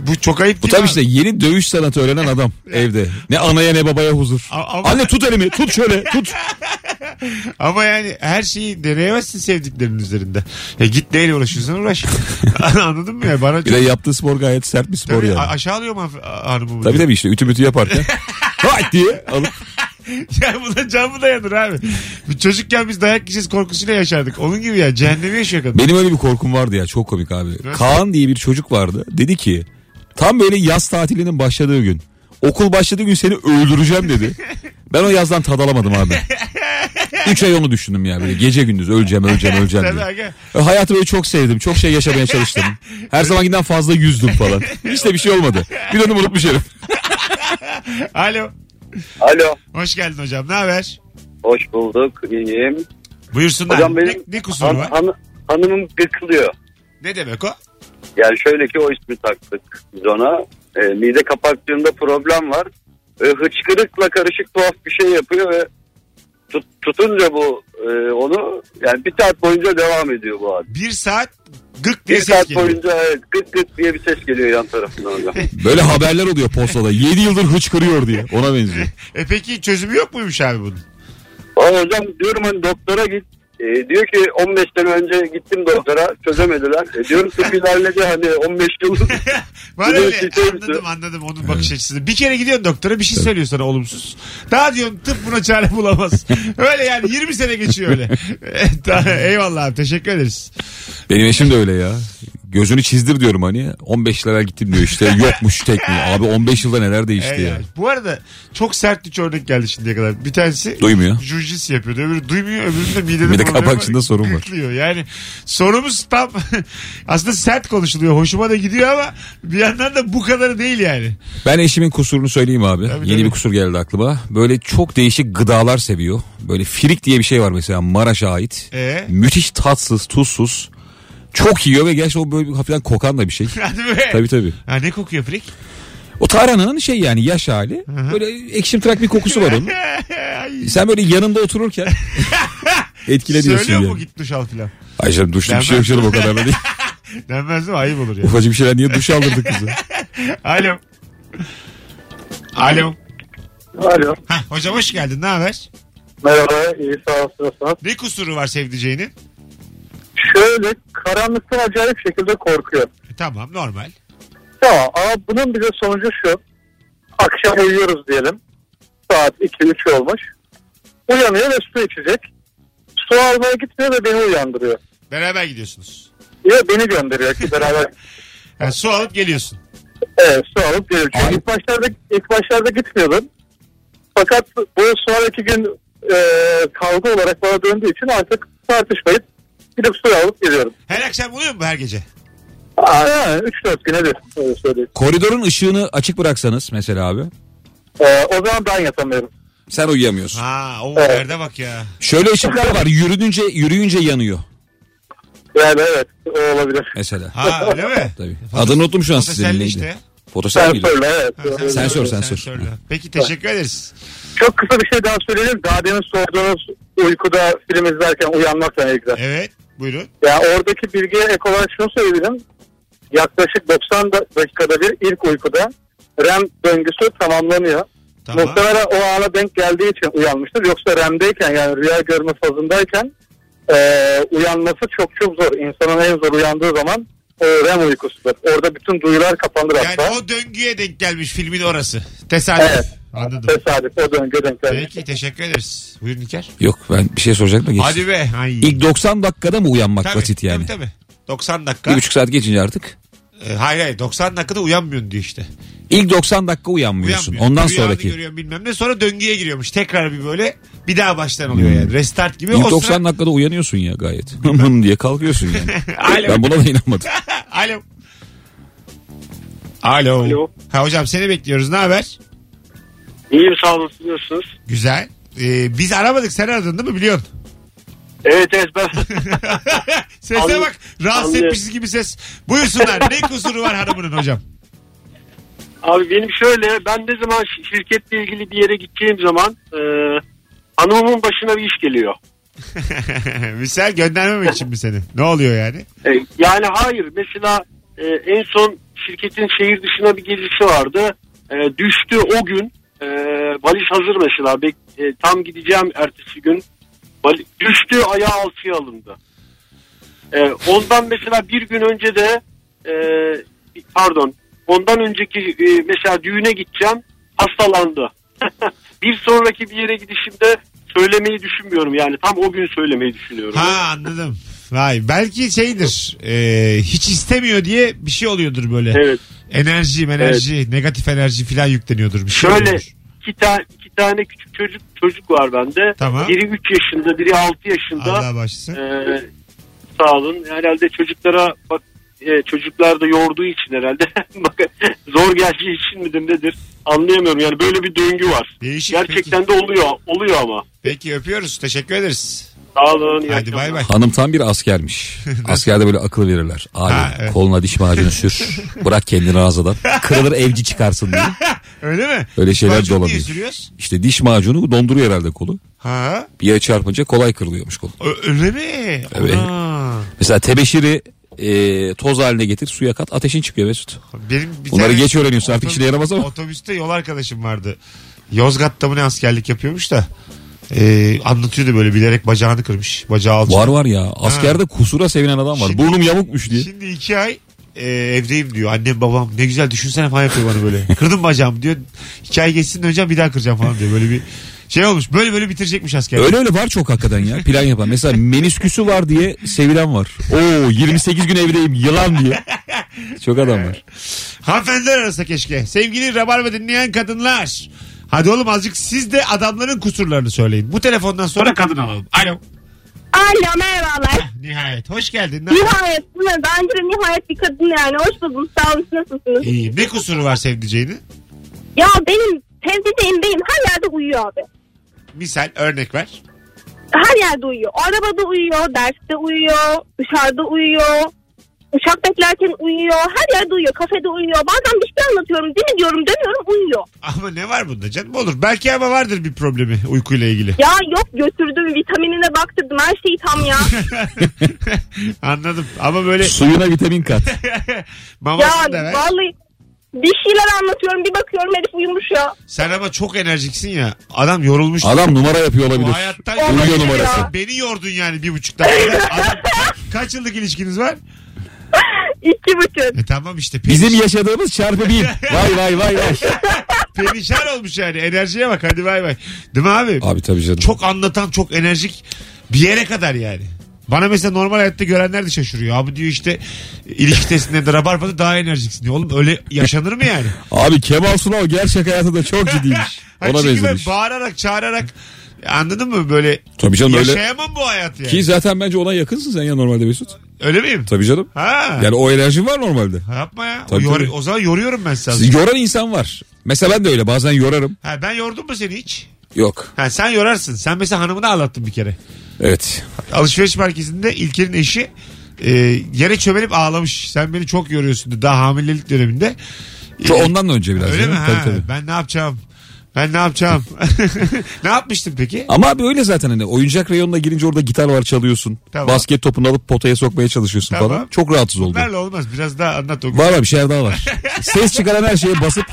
Speaker 2: Bu çok ayıp
Speaker 3: Bu
Speaker 2: değil
Speaker 3: tabii
Speaker 2: mi
Speaker 3: işte
Speaker 2: abi?
Speaker 3: yeni dövüş sanatı öğrenen
Speaker 2: <laughs>
Speaker 3: adam evde. Ne anaya ne babaya huzur.
Speaker 2: A- ama-
Speaker 3: Anne tut elimi tut
Speaker 2: <laughs>
Speaker 3: şöyle tut.
Speaker 2: Ama yani her şeyi deneyemezsin sevdiklerinin üzerinde. Ya git neyle uğraşıyorsan uğraş. <laughs> Anladın mı ya bana
Speaker 3: Bir
Speaker 2: çok...
Speaker 3: de yaptığı spor gayet sert bir spor
Speaker 2: Tabii,
Speaker 3: yani.
Speaker 2: a- aşağı alıyor mu hanım- hanımı?
Speaker 3: Tabii tabii işte ütü
Speaker 2: <laughs>
Speaker 3: mütü yaparken. Hayt diye alıp
Speaker 2: Yani buna can mı dayanır abi? Bir çocukken biz dayak yiyeceğiz korkusuyla yaşardık. Onun gibi ya cehennemi yaşıyor kadın.
Speaker 3: Benim öyle bir korkum vardı ya çok komik abi. Kaan diye bir çocuk vardı. Dedi ki tam böyle yaz tatilinin başladığı gün. Okul başladığı gün seni
Speaker 2: <laughs>
Speaker 3: öldüreceğim dedi. Ben o yazdan tad alamadım abi. Üç ay onu düşündüm ya böyle gece gündüz öleceğim öleceğim öleceğim
Speaker 2: Tabii
Speaker 3: diye.
Speaker 2: aga.
Speaker 3: Hayatı böyle çok sevdim. Çok şey yaşamaya çalıştım. Her zamankinden fazla yüzdüm falan. Hiç de bir şey olmadı. Bir dönüm unutmuş herif.
Speaker 2: Alo.
Speaker 9: Alo.
Speaker 2: Hoş geldin hocam. Ne haber?
Speaker 9: Hoş bulduk. İyiyim.
Speaker 2: Buyursunlar.
Speaker 9: Hocam
Speaker 2: Ne-
Speaker 9: benim
Speaker 2: ne, kusuru var?
Speaker 9: hanımım gıklıyor.
Speaker 2: Ne demek o?
Speaker 9: Yani şöyle ki o ismi taktık biz ona. E, mide kapakçığında problem var. E, hıçkırıkla karışık tuhaf bir şey yapıyor ve tut, tutunca bu e, onu yani bir saat boyunca devam ediyor bu abi.
Speaker 2: Bir saat gık diye
Speaker 9: Bir
Speaker 2: ses
Speaker 9: saat
Speaker 2: geliyor.
Speaker 9: boyunca evet, gıt gıt diye bir ses geliyor yan tarafından hocam.
Speaker 3: Böyle haberler oluyor postada. 7 yıldır hıçkırıyor diye. Ona benziyor.
Speaker 2: E peki çözümü yok muymuş abi bunun?
Speaker 9: <laughs>
Speaker 2: <laughs>
Speaker 9: Ama hocam diyorum hani doktora git. E, diyor ki 15 sene önce gittim doktora çözemediler. E, diyorum ki ilerledi hani 15 yıl.
Speaker 2: Var
Speaker 9: Bir de
Speaker 2: öyle
Speaker 9: şey
Speaker 2: anladım anladım onun bakış açısını. Bir kere gidiyorsun doktora bir şey söylüyor sana olumsuz. Daha diyorsun tıp buna çare bulamaz. öyle yani 20 sene geçiyor öyle. <laughs> E, Tamam, Eyvallah abi teşekkür ederiz.
Speaker 3: Benim eşim de öyle ya. Gözünü çizdir diyorum hani. 15 lira gittim diyor işte.
Speaker 2: <laughs>
Speaker 3: Yokmuş tek mi? Abi 15 yılda neler değişti
Speaker 2: Eyvallah.
Speaker 3: ya.
Speaker 2: Bu arada çok sert üç örnek geldi şimdiye kadar. Bir tanesi
Speaker 3: Duymuyor.
Speaker 2: jujitsu yapıyordu. Öbürü duymuyor öbürünün de midede
Speaker 3: Mide
Speaker 2: problemi
Speaker 3: kapakçığında sorun var.
Speaker 2: Gıklıyor. Yani sorumuz tam <laughs> aslında sert konuşuluyor. Hoşuma da gidiyor ama bir yandan da bu kadarı değil yani.
Speaker 3: Ben eşimin kusurunu söyleyeyim abi.
Speaker 2: Tabii,
Speaker 3: Yeni
Speaker 2: tabii.
Speaker 3: bir kusur geldi aklıma. Böyle çok değişik gıdalar seviyor. Böyle firik diye bir şey var mesela Maraş'a ait.
Speaker 2: Ee?
Speaker 3: Müthiş tatsız, tuzsuz. Çok yiyor ve gerçi o böyle hafiften kokan da
Speaker 2: <laughs>
Speaker 3: bir şey.
Speaker 2: <laughs> Hadi be.
Speaker 3: tabii tabii.
Speaker 2: Ha, ne kokuyor Frik?
Speaker 3: O tarhananın şey yani yaş hali. Böyle ekşimtırak bir kokusu var onun.
Speaker 2: <laughs> Ay.
Speaker 3: Sen böyle yanında
Speaker 2: <laughs>
Speaker 3: otururken etkileniyorsun
Speaker 2: Söylüyor mu
Speaker 3: yani.
Speaker 2: git duş al filan.
Speaker 3: Ay canım duşta bir şey yok canım o
Speaker 2: <laughs>
Speaker 3: kadar da değil.
Speaker 2: Denmez mi? Ayıp olur ya.
Speaker 3: Ufacık bir şeyler niye duş aldırdık bizi?
Speaker 2: Alo. Alo.
Speaker 5: Alo.
Speaker 2: Hah, hocam hoş geldin. Ne haber?
Speaker 5: Merhaba. iyi sağ olasın.
Speaker 2: Ne kusuru var sevdiceğinin?
Speaker 5: Şöyle karanlıktan acayip şekilde korkuyor.
Speaker 2: E, tamam normal.
Speaker 5: Tamam ama bunun bize sonucu şu. Akşam uyuyoruz diyelim. Saat 2-3 olmuş. Uyanıyor ve su içecek. Su almaya gitmiyor ve beni uyandırıyor.
Speaker 2: Beraber gidiyorsunuz.
Speaker 5: Ya beni gönderiyor ki
Speaker 10: <laughs>
Speaker 5: beraber
Speaker 2: Yani su alıp geliyorsun.
Speaker 5: evet, su alıp geliyor. Çünkü ilk başlarda, ilk başlarda gitmiyordum. Fakat bu sonraki gün e, kavga olarak bana döndüğü için artık tartışmayıp gidip su alıp geliyorum.
Speaker 2: Her akşam oluyor mu bu her gece?
Speaker 5: Aa, yani 3-4 güne bir öyle söyleyeyim.
Speaker 3: <laughs> Koridorun ışığını açık bıraksanız mesela abi.
Speaker 5: E, o zaman ben yatamıyorum.
Speaker 3: Sen uyuyamıyorsun.
Speaker 2: Ha o
Speaker 5: Evet.
Speaker 2: yerde bak ya.
Speaker 3: Şöyle ışıklar var. Yürününce yürüyünce yanıyor
Speaker 5: Yani evet o olabilir.
Speaker 3: mesela.
Speaker 2: Ha öyle mi?
Speaker 3: Tabii.
Speaker 2: Fotos-
Speaker 3: Adını unuttum şu an sizin.
Speaker 2: Fotoselli
Speaker 3: Neydi?
Speaker 2: işte.
Speaker 3: Fotosel miydi?
Speaker 5: Sensörle evet.
Speaker 2: Ha,
Speaker 3: Sensör, sensör.
Speaker 2: sensörle. Peki teşekkür ederiz.
Speaker 5: Çok kısa bir şey daha söyleyelim. Daha demin sorduğunuz uykuda film izlerken uyanmakla ilgili.
Speaker 2: Evet buyurun.
Speaker 5: Ya oradaki bilgiye ek olarak şunu söyleyebilirim. Yaklaşık 90 da- dakikada bir ilk uykuda REM döngüsü tamamlanıyor.
Speaker 2: Tamam.
Speaker 5: Muhtemelen o ana denk geldiği için uyanmıştır. Yoksa REM'deyken yani rüya görme fazındayken e, uyanması çok çok zor. İnsanın en zor uyandığı zaman o REM uykusudur. Orada bütün duyular kapanır
Speaker 2: Yani
Speaker 5: hatta.
Speaker 2: o döngüye denk gelmiş filmin orası. Tesadüf.
Speaker 5: Evet.
Speaker 2: Anladım.
Speaker 5: Tesadüf o döngüye denk gelmiş.
Speaker 2: Peki teşekkür ederiz. Buyurun İlker.
Speaker 3: Yok ben bir şey soracaktım da geçtim.
Speaker 2: Hadi be. Ay.
Speaker 3: İlk 90 dakikada mı uyanmak
Speaker 2: Tabii,
Speaker 3: basit yani?
Speaker 2: Tabii tabii. 90 dakika.
Speaker 3: Bir buçuk saat geçince artık.
Speaker 2: E, hayır hayır 90 dakikada uyanmıyorsun diyor işte.
Speaker 3: İlk 90 dakika uyanmıyorsun.
Speaker 2: Uyanmıyorsun.
Speaker 3: Ondan
Speaker 2: Rüyanı
Speaker 3: sonraki.
Speaker 2: görüyorsun bilmem ne. Sonra döngüye giriyormuş. Tekrar bir böyle bir daha baştan oluyor yani. Restart gibi.
Speaker 3: Hmm. İlk
Speaker 2: O
Speaker 3: 90
Speaker 2: sıra-
Speaker 3: dakikada uyanıyorsun ya gayet. <laughs> Hım diye kalkıyorsun yani.
Speaker 2: <laughs> Alo.
Speaker 3: ben buna da inanmadım.
Speaker 2: Alo. Alo.
Speaker 4: Alo.
Speaker 2: Ha hocam seni bekliyoruz. Ne haber?
Speaker 4: İyiyim sağ olun siz nasılsınız?
Speaker 2: Güzel. Ee, biz aramadık. Sen aradın değil mi? Biliyorsun. <laughs>
Speaker 4: Evet evet ben
Speaker 2: Sese
Speaker 4: Anlı-
Speaker 2: bak. Rahatsız
Speaker 4: anlıyorum.
Speaker 2: etmişiz gibi ses. Buyursunlar. ne kusuru var hanımının hocam? <laughs>
Speaker 4: Abi benim şöyle ben ne zaman şi- şirketle ilgili bir yere gideceğim zaman e, hanımımın başına bir iş geliyor.
Speaker 2: Misal göndermemek için mi seni? Ne oluyor yani?
Speaker 4: E, yani hayır mesela e, en son şirketin şehir dışına bir gezisi vardı. E, düştü o gün e, valiz hazır mesela Bek- e, tam gideceğim ertesi gün Vali- düştü ayağı alçıya alındı. E, ondan mesela bir gün önce de e, pardon ondan önceki e, mesela düğüne gideceğim hastalandı. <laughs> bir sonraki bir yere gidişimde söylemeyi düşünmüyorum yani tam o gün söylemeyi düşünüyorum.
Speaker 2: Ha anladım. Vay belki şeydir. e, hiç istemiyor diye bir şey oluyordur böyle.
Speaker 4: Evet.
Speaker 2: Enerji, enerji, negatif enerji filan yükleniyordur. Bir şey
Speaker 4: Şöyle
Speaker 2: oluyordur.
Speaker 4: iki, ta- iki tane küçük çocuk çocuk var bende.
Speaker 2: Tamam.
Speaker 4: Biri 3 yaşında, biri 6 yaşında.
Speaker 2: Allah başlasın.
Speaker 4: Ee, sağ olun. Herhalde çocuklara bak e, çocuklar da yorduğu için herhalde. <laughs> bak zor geldiği için midir nedir? Anlayamıyorum. Yani böyle bir döngü var.
Speaker 2: Değişik
Speaker 4: Gerçekten de oluyor. Oluyor ama.
Speaker 2: Peki, peki öpüyoruz. Teşekkür ederiz.
Speaker 4: Sağ olun. iyi
Speaker 2: Hadi bay
Speaker 4: akşamlar.
Speaker 2: bay.
Speaker 3: Hanım tam
Speaker 2: <laughs>
Speaker 3: bir askermiş. Askerde böyle akıl verirler. Abi
Speaker 2: Ha, evet.
Speaker 3: koluna diş
Speaker 2: <laughs>
Speaker 3: macunu sür. Bırak kendini ağzadan. Kırılır evci çıkarsın diye.
Speaker 2: Öyle mi?
Speaker 3: Öyle şeyler
Speaker 2: Macun
Speaker 3: de olabilir.
Speaker 2: niye sürüyoruz?
Speaker 3: İşte diş macunu donduruyor herhalde kolu.
Speaker 2: Ha?
Speaker 3: Bir yere çarpınca kolay kırılıyormuş kol.
Speaker 2: Ö- öyle mi?
Speaker 3: Evet.
Speaker 2: Ana.
Speaker 3: Mesela tebeşiri e, toz haline getir suya kat ateşin çıkıyor Mesut.
Speaker 2: Benim bir
Speaker 3: Bunları
Speaker 2: tane
Speaker 3: geç öğreniyorsun, artık işine yaramaz ama.
Speaker 2: Otobüste yol arkadaşım vardı. Yozgat'ta mı ne askerlik yapıyormuş da. E, anlatıyordu böyle bilerek bacağını kırmış. Bacağı alçak.
Speaker 3: Var var ya askerde kusura sevinen adam var.
Speaker 2: Şimdi-
Speaker 3: Burnum yamukmuş diye.
Speaker 2: Şimdi iki ay e, evdeyim diyor. Annem babam ne güzel düşünsene falan yapıyor bana böyle.
Speaker 3: <laughs>
Speaker 2: Kırdım bacağımı diyor. İki ay geçsin döneceğim bir daha kıracağım falan diyor. Böyle bir şey olmuş. Böyle böyle bitirecekmiş asker.
Speaker 3: Öyle öyle var çok hakikaten ya plan yapan. Mesela menisküsü var diye sevilen var. Oo 28 gün evdeyim yılan diye. Çok adam var.
Speaker 2: Hanımefendiler arasa keşke. Sevgili Rabarba dinleyen kadınlar. Hadi oğlum azıcık siz de adamların kusurlarını söyleyin. Bu telefondan sonra kadın alalım. Alo.
Speaker 8: Alo merhabalar.
Speaker 2: Nihayet. Hoş geldin. Ne
Speaker 8: nihayet. bu ne? Ben dedim nihayet bir kadın yani. Hoş buldum. Sağ olun. siz Nasılsınız?
Speaker 2: İyi. Ne kusuru var sevdiceğinin?
Speaker 8: Ya benim sevdiceğim benim her yerde uyuyor abi.
Speaker 2: Misal örnek ver.
Speaker 8: Her yerde uyuyor. Arabada uyuyor, derste uyuyor, dışarıda uyuyor. Uçak beklerken uyuyor, her yerde uyuyor, kafede uyuyor. Bazen bir şey anlatıyorum değil mi diyorum, dönüyorum uyuyor.
Speaker 2: Ama ne var bunda canım? Olur. Belki ama vardır bir problemi uykuyla ilgili. <laughs>
Speaker 8: Ya yok götürdüm, vitaminine baktırdım, her şeyi tam ya.
Speaker 2: Anladım. Ama böyle <laughs>
Speaker 3: Suyuna vitamin kat.
Speaker 2: mamasını da
Speaker 8: ya
Speaker 2: ver.
Speaker 8: vallahi bir şeyler anlatıyorum, bir bakıyorum herif uyumuş ya.
Speaker 2: Sen ama çok enerjiksin ya. Adam yorulmuş.
Speaker 3: Adam numara yapıyor
Speaker 2: Bu
Speaker 3: olabilir.
Speaker 2: hayattan
Speaker 8: Olabilir
Speaker 3: Uyuyor
Speaker 8: ya.
Speaker 3: numarası.
Speaker 2: Beni yordun yani bir buçuk dakika. Adam- kaç yıllık ilişkiniz var?
Speaker 8: İki buçuk.
Speaker 2: E tamam işte. Periş,
Speaker 3: Bizim yaşadığımız
Speaker 2: <laughs>
Speaker 3: çarpı bin. Vay vay vay vay.
Speaker 2: perişan olmuş yani. Enerjiye bak hadi bay bay. Değil mi abi?
Speaker 3: Abi tabii canım.
Speaker 2: Çok anlatan çok enerjik bir yere kadar yani. Bana mesela normal hayatta görenler de şaşırıyor. Abi diyor işte ilişki testinde de rabarbada daha enerjiksin diyor. Oğlum öyle yaşanır mı
Speaker 3: <laughs>
Speaker 2: yani?
Speaker 3: Abi Kemal Sunal gerçek hayatında çok ciddiymiş.
Speaker 2: <laughs> Ha,
Speaker 3: Ona
Speaker 2: çünkü ben
Speaker 3: benzemiş.
Speaker 2: bağırarak çağırarak anladın mı böyle
Speaker 3: Tabii canım öyle.
Speaker 2: yaşayamam bu hayatı yani.
Speaker 3: Ki zaten bence ona yakınsın sen ya normalde Mesut.
Speaker 2: Öyle miyim?
Speaker 3: Tabii canım.
Speaker 2: Ha.
Speaker 3: Yani o enerjin var normalde.
Speaker 2: Ha, Yapma ya. O,
Speaker 3: Tabii,
Speaker 2: yor-
Speaker 3: tabii.
Speaker 2: o zaman yoruyorum ben sizi. azıcık.
Speaker 3: Yoran insan var. Mesela ben de öyle bazen yorarım.
Speaker 2: Ha, ben yordum mu seni hiç?
Speaker 3: Yok.
Speaker 2: Ha, sen yorarsın. Sen mesela hanımını ağlattın bir kere.
Speaker 3: Evet.
Speaker 2: Alışveriş merkezinde İlker'in eşi e, yere çömelip ağlamış. Sen beni çok yoruyorsun dedi. daha hamilelik döneminde. E,
Speaker 3: Çok ondan da önce biraz.
Speaker 2: Öyle
Speaker 3: değil
Speaker 2: mi?
Speaker 3: mi?
Speaker 2: Ha,
Speaker 3: Tabii, tabii.
Speaker 2: Ben ne yapacağım? Ben ne yapacağım? <laughs> ne yapmıştın peki?
Speaker 3: Ama abi öyle zaten hani oyuncak reyonuna girince orada gitar var çalıyorsun.
Speaker 2: Tamam.
Speaker 3: Basket topunu alıp potaya sokmaya çalışıyorsun
Speaker 2: Tamam.
Speaker 3: falan. Çok rahatsız oldum.
Speaker 2: Bunlarla olmaz. Biraz daha anlat o gün. <laughs>
Speaker 3: Var var bir şeyler daha var. Ses çıkaran her şeye basıp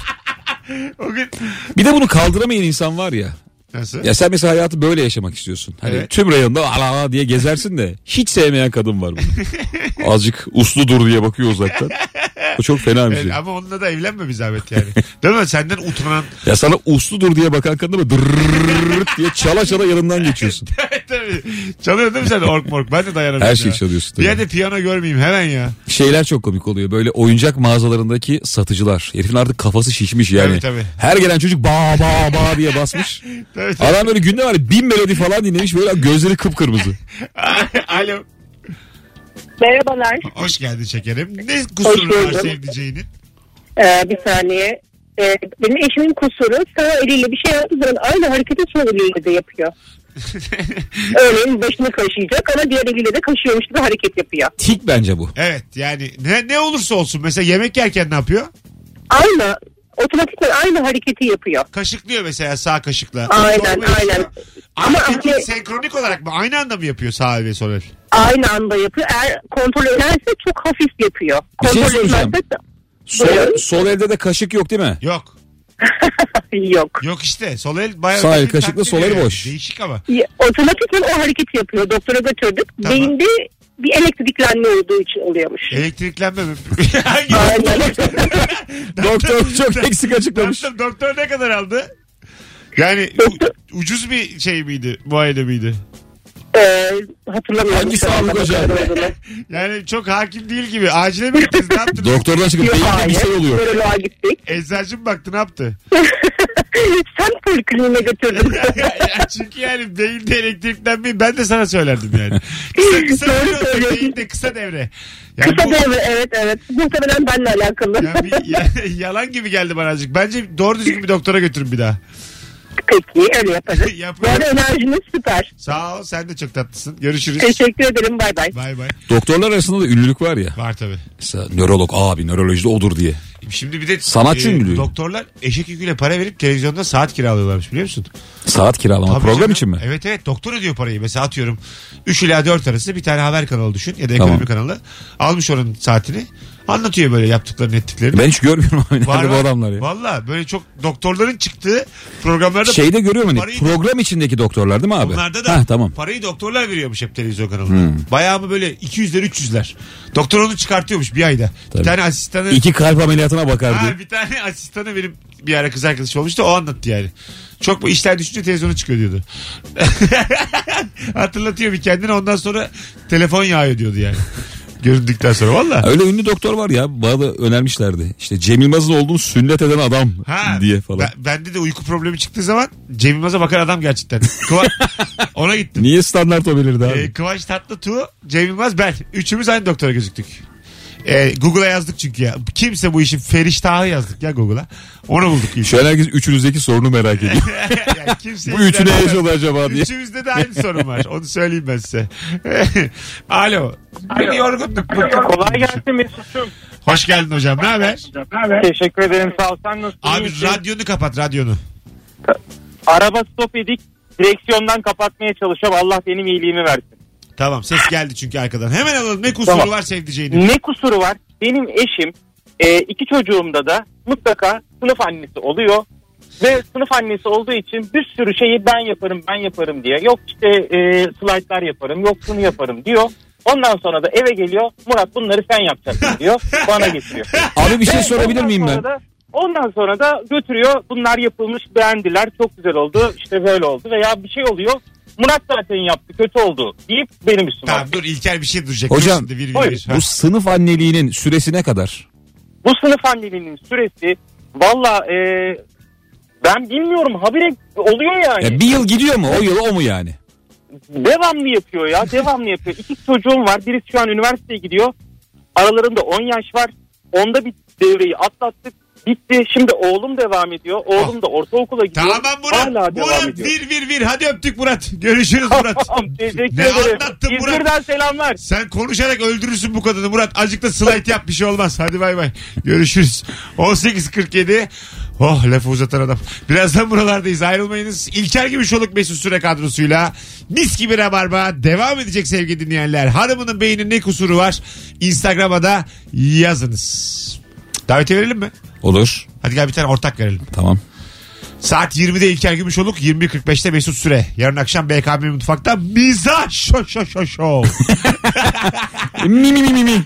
Speaker 2: o gün
Speaker 3: Bir de bunu kaldıramayan insan var ya.
Speaker 2: nasıl?
Speaker 3: Ya sen mesela hayatı böyle yaşamak istiyorsun. Hani
Speaker 2: Evet.
Speaker 3: tüm rayonda ala ala diye gezersin de hiç sevmeyen kadın var
Speaker 2: <laughs>
Speaker 3: bunun. Azıcık uslu dur diye bakıyor uzaktan. O çok fena bir
Speaker 2: Evet,
Speaker 3: şey.
Speaker 2: E, ama onunla da evlenme bir zahmet yani. Değil mi? Senden <laughs> utanan.
Speaker 3: Ya sana uslu dur diye bakan kadın ama dırrrrt diye çala çala yanından geçiyorsun.
Speaker 2: Tabii. Çalıyorsun değil mi sen ork mork? Ben de dayanamıyorum.
Speaker 3: Her şeyi
Speaker 2: ya.
Speaker 3: çalıyorsun
Speaker 2: Bir
Speaker 3: tabii.
Speaker 2: yerde piyano görmeyeyim hemen ya.
Speaker 3: Şeyler çok komik oluyor. Böyle oyuncak mağazalarındaki satıcılar. Herifin artık kafası şişmiş yani.
Speaker 2: Tabii, tabii.
Speaker 3: Her gelen çocuk ba ba ba
Speaker 2: <laughs>
Speaker 3: diye basmış.
Speaker 2: Tabii, tabii.
Speaker 3: Adam böyle günde var ya bin melodi falan dinlemiş böyle gözleri kıpkırmızı.
Speaker 2: <laughs> Alo.
Speaker 11: Merhabalar.
Speaker 2: Hoş geldin şekerim. Ne kusurun var
Speaker 11: buldum.
Speaker 2: sevdiceğinin? <laughs>
Speaker 11: Ee, bir saniye. Ee, benim eşimin kusuru sağ eliyle bir şey yaptığı zaman aynı hareketi sol eliyle de yapıyor. Örneğin başını kaşıyacak ama diğer eliyle de kaşıyormuş gibi hareket yapıyor.
Speaker 3: <laughs> Tik bence bu.
Speaker 2: evet yani ne, ne olursa olsun mesela yemek yerken ne yapıyor?
Speaker 11: Aynı otomatikman aynı hareketi yapıyor.
Speaker 2: Kaşıklıyor mesela sağ kaşıkla.
Speaker 11: Aynen,
Speaker 2: Doğru mu
Speaker 11: aynen.
Speaker 2: yapıyor?
Speaker 11: Ama
Speaker 2: Aynı peki
Speaker 11: anne-
Speaker 2: senkronik olarak mı? Aynı anda mı yapıyor sağ el ve sol el?
Speaker 11: Aynı anda yapıyor. Eğer kontrol ederse çok hafif yapıyor.
Speaker 3: Bir şey
Speaker 11: Kontrol
Speaker 3: soracağım.
Speaker 11: etmezse <laughs>
Speaker 3: Sol, sol elde de kaşık
Speaker 2: <laughs>
Speaker 3: yok değil mi?
Speaker 2: Yok.
Speaker 11: yok.
Speaker 2: Yok işte. Sol el bayağı...
Speaker 3: Sağ el
Speaker 2: taklit
Speaker 3: kaşıkla, sol el
Speaker 2: ediyor yani.
Speaker 3: boş.
Speaker 2: Değişik ama.
Speaker 11: Ya, Otomatikman o hareketi yapıyor. Doktora götürdük.
Speaker 2: Tamam.
Speaker 11: Beyinde bir elektriklenme olduğu için oluyormuş.
Speaker 2: Elektriklenme mi? <laughs>
Speaker 3: E,
Speaker 11: <laughs>
Speaker 2: Hangi? <laughs>
Speaker 11: Aynen.
Speaker 3: Doktor çok eksik açıklamış.
Speaker 2: Doktor, doktor ne kadar aldı? Yani
Speaker 11: Doktor-
Speaker 2: u- ucuz bir şey miydi? Muayene miydi?
Speaker 11: <laughs>
Speaker 2: <laughs>
Speaker 11: Ee, hatırlamıyorum.
Speaker 3: Hangi
Speaker 11: şu anda
Speaker 3: sağlık ocağı?
Speaker 11: ne kadar olduğunu.
Speaker 2: Yani çok hakim değil gibi. Acile mi gittiniz? Ne yaptınız?
Speaker 3: Doktordan çıkıp
Speaker 11: Yok
Speaker 3: beyinde bir
Speaker 11: hayır.
Speaker 3: şey oluyor.
Speaker 11: Nöroloğa gittik. <laughs>
Speaker 2: Eczacı mı baktı ne yaptı?
Speaker 11: Sen polikliniğine götürdün.
Speaker 3: <laughs>
Speaker 2: Ya Çünkü yani beyinde elektriklenmeyi ben de sana söylerdim yani. Kısa, kısa
Speaker 11: Doğru
Speaker 2: devre olsa
Speaker 11: söylüyorsun.
Speaker 2: beyinde kısa devre. Yani
Speaker 11: Kısa
Speaker 2: bu-
Speaker 11: devre evet evet. Muhtemelen benle alakalı.
Speaker 2: ya bir- ya- <laughs> yalan gibi geldi bana azıcık. Bence doğru düzgün bir doktora götürün bir daha.
Speaker 11: <laughs>
Speaker 2: <laughs>
Speaker 11: Peki öyle yaparız.
Speaker 2: Yapın.
Speaker 11: Bu arada enerjiniz süper.
Speaker 2: Sağ ol sen de çok tatlısın. Görüşürüz.
Speaker 11: Teşekkür ederim bay bay.
Speaker 2: Bay bay.
Speaker 3: Doktorlar arasında da ünlülük var ya.
Speaker 2: Var tabii.
Speaker 3: Mesela nörolog abi nörolojide odur diye.
Speaker 2: Şimdi bir de e,
Speaker 3: Sanatçı ünlülüğü.
Speaker 2: doktorlar eşek yüküyle para verip televizyonda saat kiralıyorlarmış biliyor musun?
Speaker 3: Saat kiralama
Speaker 2: Tabii
Speaker 3: program
Speaker 2: canım.
Speaker 3: için mi?
Speaker 2: Evet evet doktor ödüyor parayı. Mesela atıyorum 3 ila 4 arası bir tane haber kanalı düşün ya da
Speaker 3: Tamam.
Speaker 2: ekonomi kanalı. Almış onun saatini. Anlatıyor böyle yaptıklarını ettiklerini.
Speaker 3: Ben hiç görmüyorum <laughs> abi nerede bu adamlar ya.
Speaker 2: Valla böyle çok doktorların çıktığı programlarda
Speaker 3: Şeyde görüyorum hani
Speaker 2: Parayı-
Speaker 3: program içindeki doktorlar değil mi abi?
Speaker 2: Onlarda da
Speaker 3: Heh, tamam. Hmm.
Speaker 2: parayı doktorlar veriyormuş hep televizyon kanalında. Bayağı mı böyle 200'ler 300'ler. Doktor onu çıkartıyormuş bir ayda. Bir
Speaker 3: Tabii.
Speaker 2: tane asistanı
Speaker 3: İki kalp ameliyatına bakar diye.
Speaker 2: Ha, bir tane asistanı benim bir ara kız arkadaşı olmuştu o anlattı yani. Çok bu işler düşünce televizyona çıkıyor diyordu. <laughs> Hatırlatıyor bir kendini ondan sonra telefon yağıyor diyordu yani. Göründükten sonra valla.
Speaker 3: Öyle ünlü doktor var ya bana da önermişlerdi. İşte Cem Yılmaz'ın olduğunu sünnet eden adam
Speaker 2: Ha,
Speaker 3: diye falan.
Speaker 2: ben- bende de uyku problemi çıktığı zaman Cem Yılmaz'a bakan adam gerçekten.
Speaker 3: <laughs>
Speaker 2: Kıva- ona gittim.
Speaker 3: Niye standart o belirdi abi?
Speaker 2: Ee, Kıvanç Tatlıtuğ, Cem Yılmaz ben. Üçümüz aynı doktora gözüktük. Ee, Google'a yazdık çünkü ya. Kimse bu işi Feriştah'ı yazdık ya Google'a. Onu bulduk. ilk.
Speaker 3: Şu an herkes üçünüzdeki sorunu merak
Speaker 2: <laughs>
Speaker 3: ediyor. <laughs>
Speaker 2: Yani kimse
Speaker 3: Bu üçü ne
Speaker 2: ilgilenmez.
Speaker 3: yaşadı acaba diye.
Speaker 2: Üçümüzde de aynı sorun var. Onu söyleyeyim ben size. <laughs> Alo. Bir yorgunluk. bıkkınlık.
Speaker 5: Kolay gelsin Mesut'um.
Speaker 2: Hoş geldin hocam. Ne haber?
Speaker 5: Teşekkür ederim sağ ol. Sen nasılsın? İyi
Speaker 2: Abi
Speaker 5: misin?
Speaker 2: radyonu kapat radyonu.
Speaker 5: Araba stop edik. Direksiyondan kapatmaya çalışıyorum. Allah benim iyiliğimi versin.
Speaker 2: Tamam ses geldi çünkü arkadan. Hemen alalım. Ne kusuru
Speaker 5: Tamam.
Speaker 2: var sevdiceğinin?
Speaker 5: Ne kusuru var? Benim eşim e, iki çocuğumda da mutlaka sınıf annesi oluyor. Ve sınıf annesi olduğu için bir sürü şeyi ben yaparım ben yaparım diye. Yok işte e, slaytlar yaparım yok bunu yaparım diyor. Ondan sonra da eve geliyor. Murat bunları sen
Speaker 7: <laughs>
Speaker 5: yapacaksın diyor. Bana getiriyor.
Speaker 3: Abi bir şey
Speaker 5: Evet,
Speaker 3: sorabilir
Speaker 5: ondan
Speaker 3: miyim
Speaker 5: sonra
Speaker 3: ben?
Speaker 5: da- ondan sonra da götürüyor. Bunlar yapılmış beğendiler. Çok güzel oldu. işte böyle oldu. Veya bir şey oluyor. Murat zaten yaptı. Kötü oldu. Deyip benim üstüme.
Speaker 2: Tamam
Speaker 5: atıyor.
Speaker 2: dur İlker bir şey duracak.
Speaker 3: Hocam,
Speaker 2: Dur şimdi, bir, bir,
Speaker 5: buyur.
Speaker 2: bir. Ha.
Speaker 3: Bu sınıf anneliğinin süresi ne kadar?
Speaker 5: Bu sınıf anneliğinin süresi valla e, ben bilmiyorum. Habire oluyor yani.
Speaker 3: Ya bir yıl gidiyor mu? O yıl o mu yani?
Speaker 5: Devamlı yapıyor ya. Devamlı yapıyor. İki çocuğum var. Birisi şu an üniversiteye gidiyor. Aralarında 10 yaş var. Onda bir devreyi atlattık. Bitti. Şimdi oğlum devam ediyor.
Speaker 3: Ah.
Speaker 5: Oğlum da ortaokula gidiyor.
Speaker 2: Tamam Murat.
Speaker 5: Hala devam
Speaker 2: Murat
Speaker 5: ediyor.
Speaker 2: bir bir bir. Hadi öptük Murat. Görüşürüz Murat.
Speaker 5: Tamam, Teşekkür
Speaker 2: Ne
Speaker 5: ederim.
Speaker 2: anlattın Murat?
Speaker 5: İzmir'den selamlar.
Speaker 2: Sen konuşarak öldürürsün bu kadını Murat. Azıcık da slide yap bir şey olmaz. Hadi bay bay. Görüşürüz. 18.47. Oh lafı uzatan adam. Birazdan buralardayız ayrılmayınız. İlker gibi şoluk Mesut Süre kadrosuyla mis gibi rabarba devam edecek sevgili dinleyenler. Hanımının beynin ne kusuru var? Instagram'a da yazınız. Davete verelim mi?
Speaker 3: Olur.
Speaker 2: Hadi gel bir tane ortak verelim.
Speaker 3: Tamam.
Speaker 2: Saat 20'de İlker Gümüşoluk 21.45'te Mesut Süre. Yarın akşam BKM Mutfak'ta Miza Şo Şo Şo Şo.
Speaker 3: E, mi mi mi mi mi.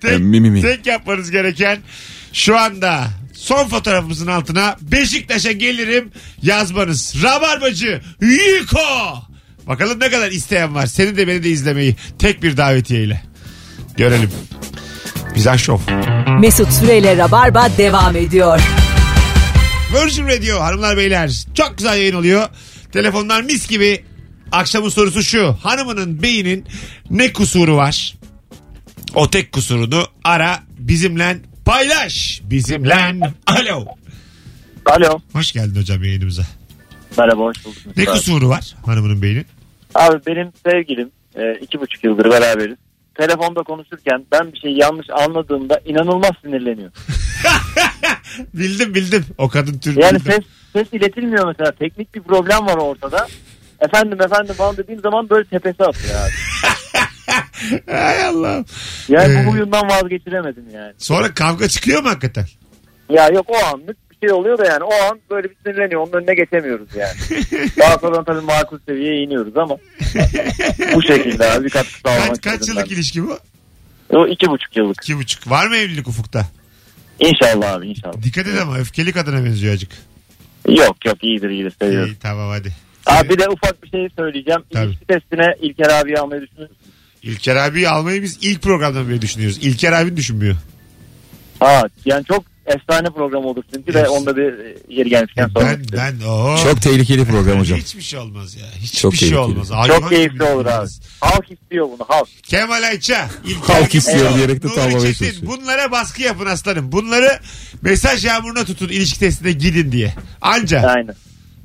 Speaker 2: Tek,
Speaker 3: E, mi, mi, mi.
Speaker 2: tek yapmanız gereken şu anda son fotoğrafımızın altına Beşiktaş'a gelirim yazmanız. Rabarbacı Yuko. Bakalım ne kadar isteyen var. Seni de beni de izlemeyi tek bir davetiyeyle. Görelim. Mizah Show.
Speaker 1: Mesut Süreyle Rabarba devam ediyor.
Speaker 2: Virgin Radio hanımlar beyler çok güzel yayın oluyor. Telefonlar mis gibi. Akşamın sorusu şu. Hanımının beyinin ne kusuru var? O tek kusurunu ara bizimle paylaş. Bizimle. Alo.
Speaker 12: Alo.
Speaker 2: Hoş geldin hocam yayınımıza.
Speaker 12: Merhaba hoş bulduk.
Speaker 2: Ne kusuru var hanımının beynin? <laughs>
Speaker 12: Abi benim sevgilim e, iki buçuk yıldır beraberiz. Telefonda konuşurken ben bir şey yanlış anladığımda inanılmaz sinirleniyor.
Speaker 2: Bildim bildim. O kadın türlü.
Speaker 12: Yani
Speaker 2: bildim.
Speaker 12: ses, ses iletilmiyor mesela. Teknik bir problem var ortada. Efendim efendim falan dediğim zaman böyle tepesi atıyor abi.
Speaker 2: <laughs> Hay Allah.
Speaker 12: Yani
Speaker 2: Ee,
Speaker 12: bu huyundan vazgeçiremedim yani.
Speaker 2: Sonra kavga çıkıyor mu hakikaten?
Speaker 12: Ya yok o anlık bir şey oluyor da yani o an böyle bir sinirleniyor. Onun önüne geçemiyoruz
Speaker 2: <laughs>
Speaker 12: yani. Daha sonra tabii makul seviyeye iniyoruz ama bu şekilde abi bir katkı sağlamak
Speaker 2: Kaç, kaç
Speaker 12: istedim
Speaker 2: yıllık ilişki bu?
Speaker 12: ben. O iki buçuk yıllık.
Speaker 2: İki buçuk. Var mı evlilik ufukta?
Speaker 12: İnşallah abi inşallah.
Speaker 2: Dikkat et ama öfkeli kadına benziyor acık.
Speaker 12: Yok yok iyidir iyidir seviyorum.
Speaker 2: İyi tamam hadi.
Speaker 12: Abi bir de ufak bir şey söyleyeceğim.
Speaker 2: Tabii.
Speaker 12: İlişki testine İlker abi almayı düşünüyorum.
Speaker 2: İlker abi almayı biz ilk programdan beri düşünüyoruz. İlker abin düşünmüyor.
Speaker 12: Ha yani çok efsane program olur çünkü ve
Speaker 2: Yes.
Speaker 12: onda bir e, yeri gelmişken sormak
Speaker 2: Ben
Speaker 12: istiyorum.
Speaker 2: ben o.
Speaker 3: <laughs> Çok tehlikeli program hocam.
Speaker 2: Hiçbir şey olmaz ya. Hiçbir
Speaker 3: Çok
Speaker 2: şey
Speaker 3: tehlikeli.
Speaker 2: olmaz. Hayvan
Speaker 12: Çok keyifli
Speaker 2: gibi
Speaker 12: olur abi.
Speaker 2: olmaz.
Speaker 12: Halk istiyor bunu halk.
Speaker 2: Kemal Ayça, İlker
Speaker 3: Halk istiyor
Speaker 2: Gümüşoluk,
Speaker 3: diyerek de
Speaker 2: Nuri
Speaker 3: tavlamaya
Speaker 2: Çetin,
Speaker 3: çalışıyor.
Speaker 2: Bunlara baskı yapın aslanım. Bunları mesaj yağmuruna tutun ilişki testine gidin diye. Anca.
Speaker 12: Aynen.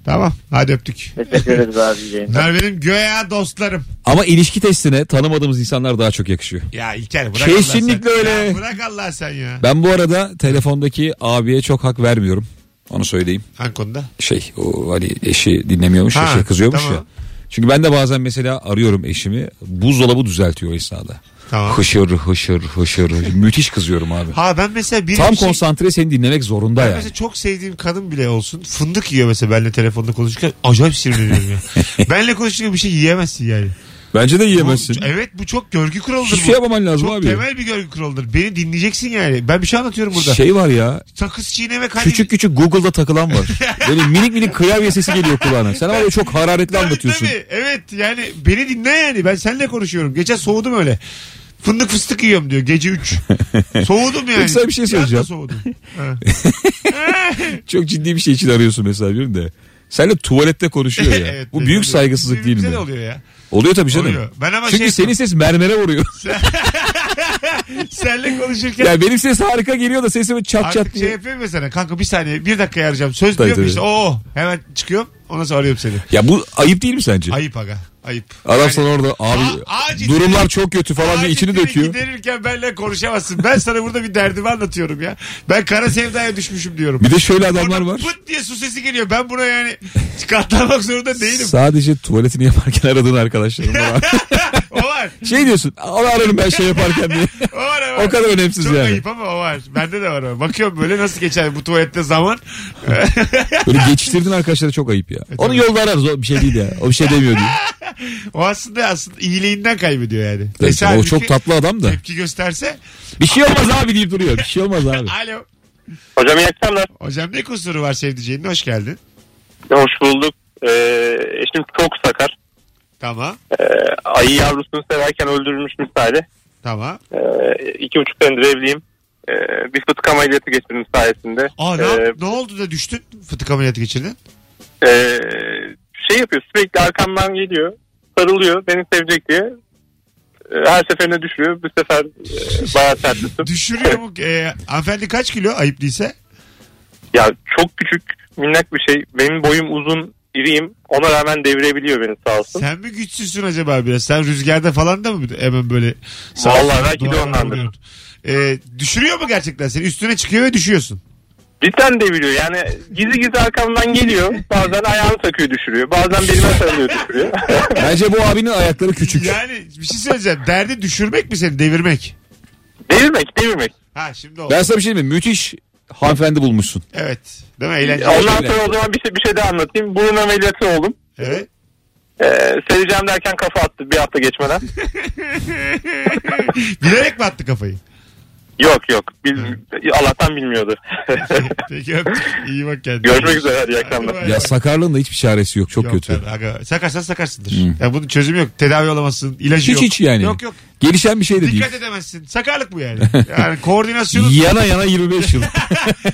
Speaker 2: Tamam hadi öptük.
Speaker 12: Teşekkür
Speaker 2: <laughs>
Speaker 12: ederiz abi. iyi yayınlar.
Speaker 2: Bunlar benim göya dostlarım.
Speaker 3: Ama ilişki testine tanımadığımız insanlar daha çok yakışıyor.
Speaker 2: Ya İlker bırak
Speaker 3: Kesinlikle
Speaker 2: Allah sen.
Speaker 3: öyle.
Speaker 2: Ya bırak Allah sen ya.
Speaker 3: Ben bu arada telefondaki abiye çok hak vermiyorum. Onu söyleyeyim.
Speaker 2: Hangi konuda?
Speaker 3: Şey o hani eşi dinlemiyormuş
Speaker 2: Ha,
Speaker 3: eşi kızıyormuş
Speaker 2: tamam.
Speaker 3: ya. Çünkü ben de bazen mesela arıyorum eşimi buzdolabı düzeltiyor o esnada.
Speaker 2: Tamam.
Speaker 3: Hışır hışır hışır. hışır. Müthiş kızıyorum abi.
Speaker 2: Ha ben mesela bir
Speaker 3: Tam
Speaker 2: şey-
Speaker 3: konsantre seni dinlemek zorunda
Speaker 2: Ben
Speaker 3: yani.
Speaker 2: mesela çok sevdiğim kadın bile olsun fındık yiyor mesela benimle telefonda konuşurken acayip sinirleniyorum
Speaker 3: <laughs>
Speaker 2: ya. benle konuşurken bir şey yiyemezsin yani.
Speaker 3: Bence de
Speaker 2: Bu-
Speaker 3: yiyemezsin.
Speaker 2: evet bu çok görgü kuralıdır.
Speaker 3: Hiçbir
Speaker 2: bu.
Speaker 3: şey yapmaman lazım
Speaker 2: Çok
Speaker 3: abi.
Speaker 2: temel bir görgü kuralıdır. Beni dinleyeceksin yani. Ben bir şey anlatıyorum burada.
Speaker 3: Şey var ya
Speaker 2: Sakız çiğnemek hani...
Speaker 3: küçük küçük Google'da takılan
Speaker 2: <laughs>
Speaker 3: var. Böyle minik minik klavye sesi geliyor kulağına. Sen ama böyle çok hararetli
Speaker 2: Tabii,
Speaker 3: anlatıyorsun.
Speaker 2: tabii. Evet yani beni dinle yani. Ben seninle konuşuyorum. Geçen soğudum öyle. Fındık fıstık yiyorum diyor gece
Speaker 3: <laughs>
Speaker 2: 3. soğudum yani.
Speaker 3: Peki sana bir şey
Speaker 2: Biraz da
Speaker 3: söyleyeceğim.
Speaker 2: soğudum. Ha.
Speaker 3: Çok ciddi bir şey için arıyorsun mesela diyorum da. Senle tuvalette konuşuyor ya.
Speaker 2: <laughs> Evet,
Speaker 3: Bu
Speaker 2: ne
Speaker 3: büyük
Speaker 2: oluyor?
Speaker 3: saygısızlık değil
Speaker 2: Birbirimize
Speaker 3: mi?
Speaker 2: de oluyor ya.
Speaker 3: Oluyor tabii canım.
Speaker 2: Oluyor. Ben ama
Speaker 3: Çünkü
Speaker 2: şey-
Speaker 3: senin ses mermere
Speaker 2: <laughs>
Speaker 3: vuruyor.
Speaker 2: Seninle konuşurken
Speaker 3: ya benim ses harika geliyor da sesimi çat
Speaker 2: Artık
Speaker 3: çat
Speaker 2: şey
Speaker 3: diye.
Speaker 2: yapıyorum mesela kanka bir saniye bir dakika arayacağım. Söz
Speaker 3: Tabii,
Speaker 2: diyorum
Speaker 3: tabii.
Speaker 2: işte o hemen çıkıyorum ondan sonra arıyorum seni.
Speaker 3: Ya bu ayıp değil mi sence?
Speaker 2: Ayıp aga ayıp.
Speaker 3: Adam
Speaker 2: Yani
Speaker 3: sana orada abi
Speaker 2: A- acil-
Speaker 3: durumlar çok kötü falan diye içini
Speaker 2: acilleri
Speaker 3: döküyor.
Speaker 2: Giderirken benimle konuşamazsın. Ben sana burada bir derdimi anlatıyorum ya. Ben kara sevdaya düşmüşüm diyorum.
Speaker 3: Bir de şöyle adamlar
Speaker 2: Orada
Speaker 3: var.
Speaker 2: Pıt diye su sesi geliyor. Ben buna yani katlanmak zorunda değilim.
Speaker 3: Sadece tuvaletini yaparken aradığın arkadaşlarım var.
Speaker 2: <laughs> o var.
Speaker 3: şey diyorsun onu ararım ben şey yaparken diye.
Speaker 2: O var. O, var.
Speaker 3: o kadar önemsiz
Speaker 2: Çok
Speaker 3: yani.
Speaker 2: ayıp ama o var. Bende de var o. Bakıyorum böyle nasıl geçer bu tuvalette zaman. <laughs>
Speaker 3: Böyle geçiştirdin arkadaşlara çok ayıp ya. Onu
Speaker 2: tabii.
Speaker 3: yolda ararız o bir şey değil ya. O bir şey demiyor
Speaker 2: <laughs>
Speaker 3: diyor.
Speaker 2: o aslında aslında iyiliğinden kaybediyor yani. E
Speaker 3: Tabii
Speaker 2: Neyse,
Speaker 3: canım, o
Speaker 2: halbuki
Speaker 3: çok tatlı adam da.
Speaker 2: Tepki gösterse.
Speaker 3: Bir şey olmaz abi deyip duruyor. Bir şey
Speaker 2: <laughs>
Speaker 3: olmaz abi.
Speaker 2: Alo.
Speaker 10: Hocam iyi akşamlar.
Speaker 2: Hocam ne kusuru var sevdiceğinin? Hoş geldin.
Speaker 10: Hoş bulduk. Ee, eşim çok sakar.
Speaker 2: Tamam.
Speaker 10: Ee, ayı yavrusunu severken öldürülmüş misali.
Speaker 2: Tamam.
Speaker 10: Ee, iki buçuk senedir evliyim. Ee, bir fıtık ameliyatı geçirdim sayesinde.
Speaker 2: Aa ne,
Speaker 10: Ee,
Speaker 2: yap- ne oldu da düştün? Fıtık ameliyatı geçirdin.
Speaker 10: e, şey yapıyor sürekli arkamdan geliyor. Sarılıyor beni sevecek diye. Ee, Her seferine düşürüyor. Bu sefer e, bayağı sertleştim.
Speaker 2: Düşürüyor mu? Ee, hanımefendi kaç kilo ayıp değilse?
Speaker 10: Ya çok küçük minnak bir şey. Benim boyum uzun iriyim. Ona rağmen devirebiliyor beni sağ olsun.
Speaker 2: Sen mi güçsüzsün acaba biraz? Sen rüzgarda falan da mı hemen böyle? sağa
Speaker 10: Vallahi
Speaker 2: sola
Speaker 10: belki de
Speaker 2: doğru
Speaker 10: ondandır.
Speaker 2: vuruyorsun? Ee, düşürüyor mu gerçekten seni? Üstüne çıkıyor ve düşüyorsun.
Speaker 10: Cidden deviriyor yani gizli gizli arkamdan geliyor. Bazen ayağını takıyor düşürüyor. Bazen belime sarılıyor
Speaker 5: <laughs>
Speaker 10: düşürüyor.
Speaker 3: Bence bu abinin ayakları küçük.
Speaker 2: Yani bir şey söyleyeceğim. Derdi düşürmek mi seni? Devirmek.
Speaker 10: devirmek devirmek.
Speaker 2: Ha şimdi oldu.
Speaker 3: Ben sana bir şey diyeyim mi? Müthiş hanımefendi bulmuşsun.
Speaker 2: Evet. Değil mi? Eğlenceli.
Speaker 5: Ondan sonra o zaman bir şey, bir şey daha anlatayım. Burun ameliyatı oldum.
Speaker 2: Evet.
Speaker 5: Ee, seveceğim derken kafa attı bir hafta geçmeden.
Speaker 2: Bilerek mi attı kafayı?
Speaker 5: <laughs> yok yok. Bil-
Speaker 9: <laughs>
Speaker 5: Allah'tan bilmiyordu.
Speaker 2: <laughs> Peki öptük. İyi bak kendine.
Speaker 5: Görüşmek üzere. Hadi iyi akşamlar.
Speaker 3: Ya sakarlığın da hiçbir çaresi yok. Çok kötü.
Speaker 2: Aga, sakarsan sakarsındır. Yani bunun çözümü yok. Tedavi olamazsın. İlacı
Speaker 3: hiç
Speaker 2: yok.
Speaker 3: hiç yani.
Speaker 2: Yok yok.
Speaker 3: Gelişen bir şey de değil.
Speaker 2: Dikkat edemezsin. Sakarlık bu yani.
Speaker 3: <laughs>
Speaker 2: Yani koordinasyonun...
Speaker 3: Yana yana
Speaker 2: <laughs>
Speaker 3: 25 yıl.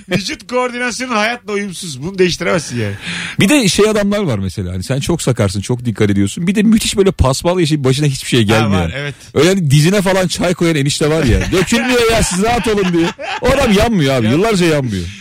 Speaker 2: Vücut koordinasyonun hayatla uyumsuz. Bunu değiştiremezsin yani.
Speaker 3: Bir de şey adamlar var mesela hani sen çok sakarsın çok dikkat ediyorsun. Bir de müthiş böyle paspal yaşayıp başına hiçbir şey gelmiyor.
Speaker 2: var, evet.
Speaker 3: Öyle hani dizine falan çay koyan enişte var ya. Dökülmüyor ya siz rahat olun diye. O adam yanmıyor abi yıllarca yanmıyor.